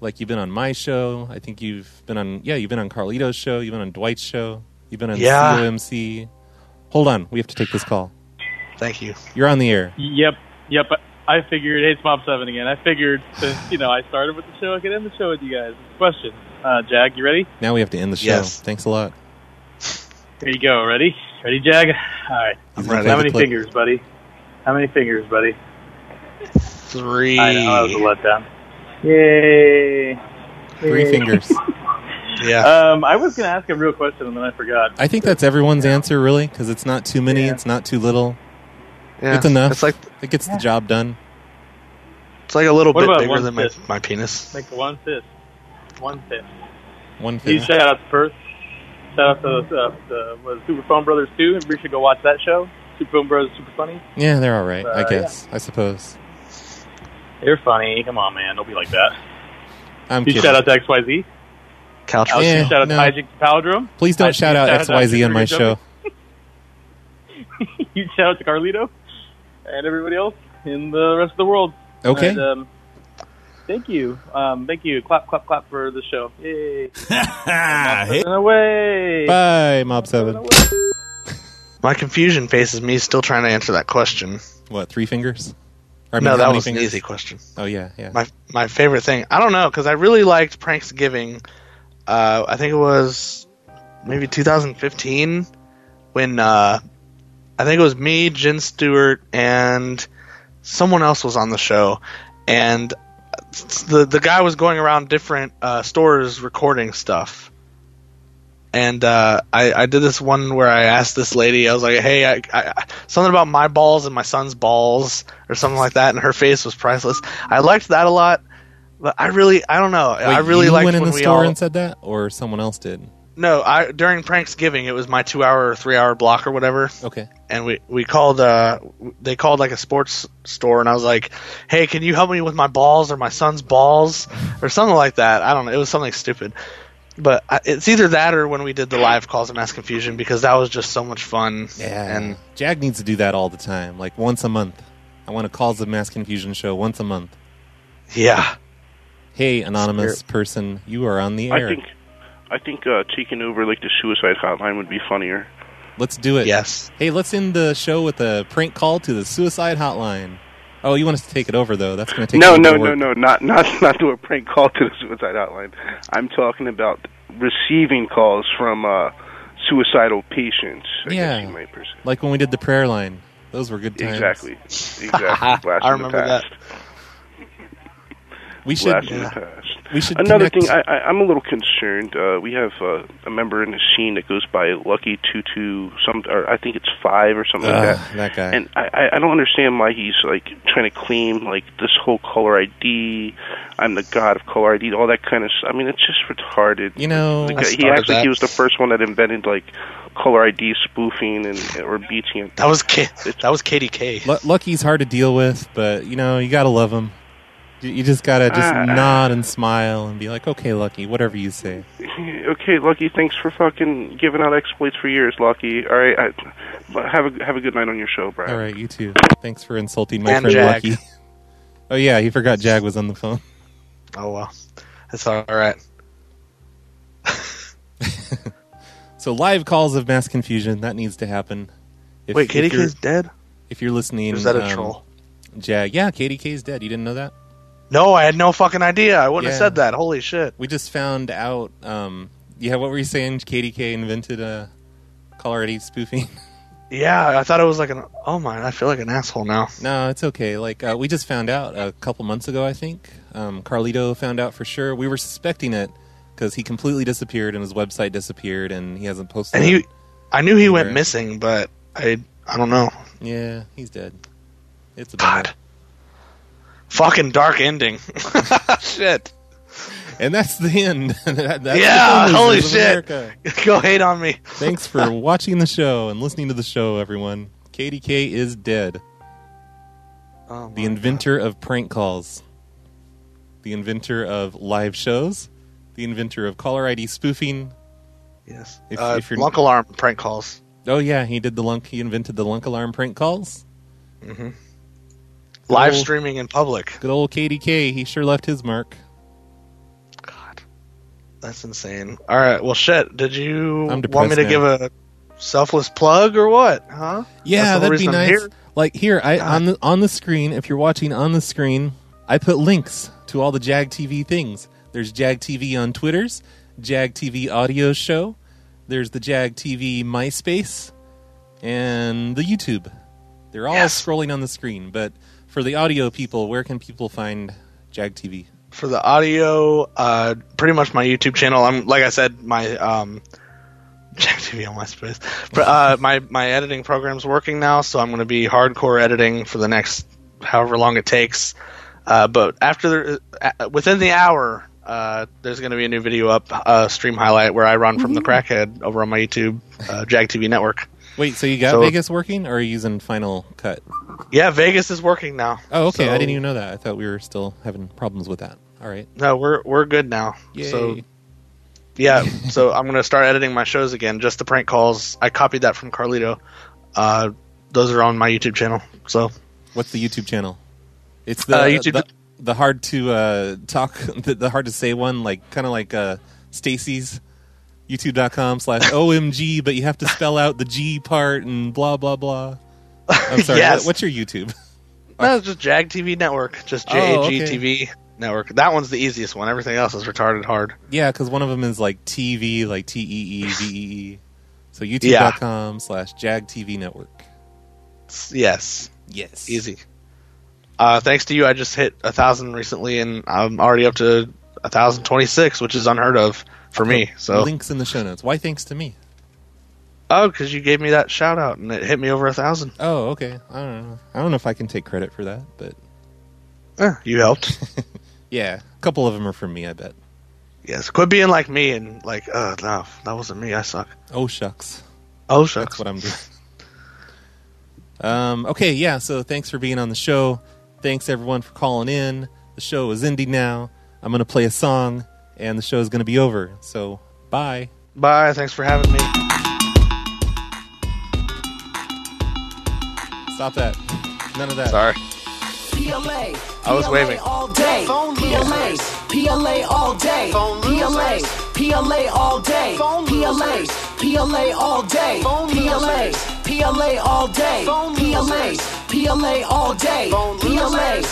Like you've been on my show. I think you've been on yeah, you've been on Carlito's show, you've been on Dwight's show, you've been on Yeah. COMC. Hold on, we have to take this call. Thank you. You're on the air. Yep, yep. I figured, hey, it's Mob Seven again. I figured, since you know, I started with the show, I could end the show with you guys. Question, uh, Jag, you ready? Now we have to end the show. Yes. Thanks a lot. Here you go. Ready? Ready, Jag? All right. He's gonna play How the many clip. fingers, buddy? How many fingers, buddy? Three. I know, that was a letdown. Yay! Three fingers. Yeah. Um, I was gonna ask a real question and then I forgot. I think that's everyone's answer really cuz it's not too many, it's not too little. Yeah. It's enough. It's like it gets the job done. It's like a little What bit about bigger one than my, my penis. Like one fist. One fist. One You fist. shout out to Perth. Shout out to uh, the was Super Phone Brothers too. Everybody should go watch that show. Super Phone Brothers, is super funny. Yeah, they're all right, Uh, I yeah. guess. I suppose. They're funny. Come on, man. Don't be like that. I'm you kidding. shout out to XYZ. Couch. Alex, Yeah, you shout out no. to Magic Paladrum. Please don't I- shout out you XYZ on my Super show. Jump. you shout out to Carlito and everybody else in the rest of the world. Okay. And, um, thank you. Um, thank you. Clap, clap, clap for the show. Yay. Ah, hey. away. Bye, Mob 7. My confusion faces me still trying to answer that question. What three fingers? Or, I mean, no, how that many was an fingers? easy question. Oh yeah, yeah. My my favorite thing. I don't know because I really liked Pranksgiving. Uh, I think it was maybe 2015 when uh, I think it was me, Jen Stewart, and someone else was on the show, and the the guy was going around different uh, stores recording stuff. And uh, I, I did this one where I asked this lady, I was like, "Hey, I, I, something about my balls and my son's balls, or something like that," and her face was priceless. I liked that a lot, but I really, I don't know, I Wait, really you liked went in when the we store all. and said that, or someone else did. No, I during Pranksgiving it was my two hour or three hour block or whatever. Okay. And we we called uh w- they called like a sports store and I was like, hey, can you help me with my balls or my son's balls or something like that? I don't know. It was something stupid, but I, it's either that or when we did the live calls and mass confusion because that was just so much fun. Yeah. And Jag Uh, needs to do that all the time, like once a month. I want to call the mass confusion show once a month. Yeah. Hey, anonymous Spirit. person, you are on the I air. think, I think uh, taking over like the suicide hotline would be funnier. Let's do it. Yes. Hey, let's end the show with a prank call to the suicide hotline. Oh, you want us to take it over though? That's going to take No, a no, little no, work. no, not not not do a prank call to the suicide hotline. I'm talking about receiving calls from uh, suicidal patients. I Yeah. guess you might pers- Like when we did the prayer line. Those were good times. exactly, exactly. Blast I in the remember that. past. We should- Blast in the yeah. past. We should Another connect- thing, I, I, I'm a little concerned. Uh, we have uh, a member in the scene that goes by Lucky Two Two, some, or I think it's five or something like Ugh, that. Ah, that guy. And I, I- I don't understand why he's like trying to claim like this whole caller ID. I'm the god of caller ID, all that kind of. stuff. I mean, it's just retarded. You know, The guy- he actually he was the first one that invented like caller ID spoofing and or BTN. That was that was KDK. Lu- Lucky's hard to deal with, but you know you gotta love him. You, you just gotta just Ah. nod and smile and be like, "Okay, Lucky, whatever you say." Okay, Lucky. Thanks for fucking giving out exploits for years, Lucky. All right, I, have a have a good night on your show, Brian. All right, you too. Thanks for insulting my And friend Jag. Lucky. Oh yeah, he forgot Jag was on the phone. oh well, that's all right. So live calls of mass confusion that needs to happen. Wait, KDK you're- is dead? If you're listening, Or is that a um, troll? Jag, yeah, KDK is dead. You didn't know that? No, I had no fucking idea. I wouldn't have Yeah. said that. Holy shit! We just found out. Um, yeah, what were you saying? KDK invented uh, caller ID spoofing. Yeah, I thought it was like an. Oh my, I feel like an asshole now. No, it's okay. Like uh, we just found out a couple months ago, I think. Um, Carlito found out for sure. We were suspecting it because he completely disappeared and his website disappeared, and he hasn't posted. And he, it. I knew he went Right. missing, but I, I don't know. yeah, he's dead. It's a God. Fucking dark ending. shit. And that's the end. That- that's the yeah, Phone holy Losers of shit. America. Go hate on me. Thanks for watching the show and listening to the show, everyone. KDK is dead. Oh, the inventor of prank calls, the inventor of live shows, the inventor of caller ID spoofing. Yes. If, uh, if you're Lunk alarm prank calls. Oh yeah, he did the lunk. He invented the lunk alarm prank calls. Mm-hmm. Live Oh. streaming in public. Good old KDK. He sure left his mark. That's insane. All right. Well, shit. Did you I'm want depressed me to give a selfless plug or what? Huh? That's Yeah, the that'd be reason I'm nice. here. Like here, I on the on the screen. If you're watching on the screen, I put links to all the Jag TV things. There's Jag TV on Twitter's, Jag TV Audio Show. There's the Jag TV MySpace, and the YouTube. They're all scrolling on the screen. But for the audio people, where can people find Jag TV? for the audio, uh, pretty much my YouTube channel. I'm like I said, my um, Jack TV on MySpace. But uh, my my editing program's working now, so I'm going to be hardcore editing for the next however long it takes. Uh, but after the, uh, within the hour, uh, there's going to be a new video up, uh, stream highlight where I run from the crackhead over on my YouTube uh, Jag TV network. Wait, so you got So- Vegas working, or are you using Final Cut? Yeah, Vegas is working now. Oh, okay. I So- didn't even know that. I thought we were still having problems with that. All right. No, we're we're good now. Yay. So yeah, so I'm gonna start editing my shows again. Just the prank calls. I copied that from Carlito. Uh, those are on my YouTube channel. So What's the YouTube channel? It's the Uh, YouTube- the, the hard to uh, talk, the, the hard to say one, like kind of like uh, Stacy's. YouTube.com slash OMG, but you have to spell out the G part and blah, blah, blah. I'm sorry. Yes. what- what's your YouTube? No, it's just JAG TV Network. Just JAG Oh, okay. TV Network. That one's the easiest one. Everything else is retarded hard. Yeah, because one of them is like TV, like T E E V E E. So Yeah. YouTube.com slash JAG TV Network. Yes. Yes. Easy. Uh, thanks to you, I just hit a thousand recently, and I'm already up to a thousand twenty six, which is unheard of for me. So, Links in the show notes. Why thanks to me? oh, because you gave me that shout out, and it hit me over a thousand. Oh, okay. I don't know. I don't know if I can take credit for that, but you helped. yeah, a couple of them are from me, I bet. Yes, quit being like me and like, oh no, that wasn't me. I suck. Oh shucks. Oh That's shucks. what I'm doing. Um, okay, yeah. So thanks for being on the show. Thanks everyone for calling in. The show is ending now. I'm gonna play a song, and the show is gonna be over. So bye. Bye. Thanks for having me. Stop that. None of that. Sorry. PLA. I was PLA waving. all day. PLA. PLA all day. PLA. PLA all day. PLA. PLA all day. PLA. PLA all day. PLA. PLA all day. PLA. PLA all day. PLA.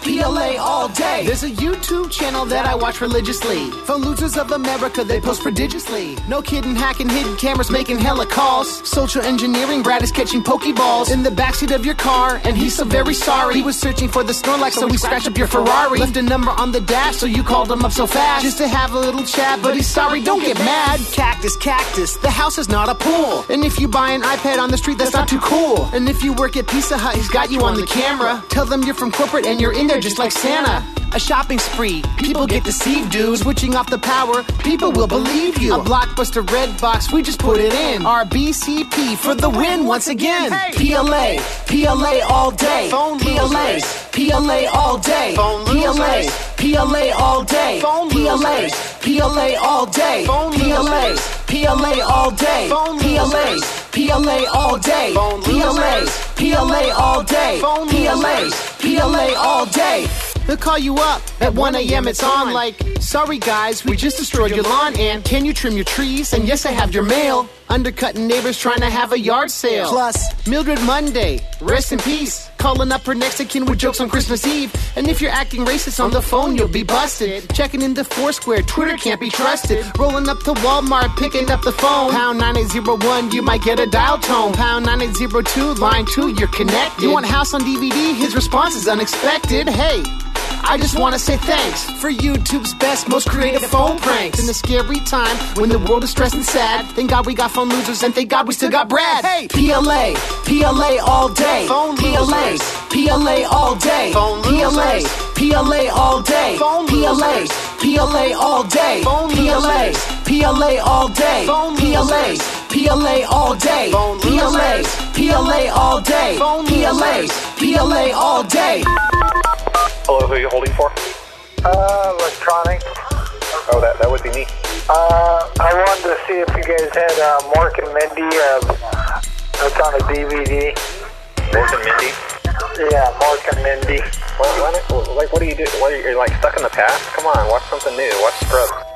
PLA all day. There's a YouTube channel that I watch religiously. Phone losers of America, they post prodigiously. No kidding, hacking hidden cameras, making hella calls. Social engineering, Brad is catching pokeballs in the backseat of your car, and he's so very sorry. He was searching for the Snorlax, so we scratched up your Ferrari. Left a number on the dash, so you called him up so fast just to have a little chat. But he's sorry, don't get mad. Cactus, cactus, the house is not a pool. And if you buy an iPad on the street, that's not too cool. And if you work at Pizza Hut, he's got you on the camera. Tell them you're from corporate and you're in there just like Santa. A shopping spree. People get deceived, dude. Switching off the power, people will believe you. A blockbuster red box, we just put it in. Our BCP for the win once again. PLA, PLA all day. PLA, PLA all day. PLA, PLA all day. PLA, PLA all day. PLA, PLA all day. PLA, PLA all day. PLA, PLA all day. PLA, PLA all day. They'll call you up at 1 a.m. It's on like, sorry guys, we just destroyed your lawn and can you trim your trees? And yes, I have your mail. Undercutting neighbors trying to have a yard sale. Plus, Mildred Monday, rest in peace. Calling up her next of kin with jokes on Christmas Eve. And if you're acting racist on the phone, you'll be busted. Checking into Foursquare, Twitter can't be trusted. Rolling up to Walmart, picking up the phone. Pound 9801, you might get a dial tone. Pound 9802, line 2, you're connected. You want House on DVD? His response is unexpected. Hey. I just want to say thanks for YouTube's best, most creative phone pranks. In the scary time when the world is stressed and sad, thank God we got phone losers and thank God we still got Brad. Hey, PLA, PLA all day. Phone PLA, PLA all day. Phone PLA, PLA all day. Phone PLA, PLA all day. Phone PLA, PLA all day. Phone PLA, PLA all day. PLA, PLA all day. PLA, PLA all day. Hello, Oh, who are you holding for? Uh, electronic. Oh, that, that would be me. Uh, I wanted to see if you guys had uh, Mark and Mindy. Uh, that's on a DVD. Mark and Mindy? Yeah, Mark and Mindy. Well, why don't- like, what do you do? What are you, you're like stuck in the past? Come on, watch something new. Watch Scrubs.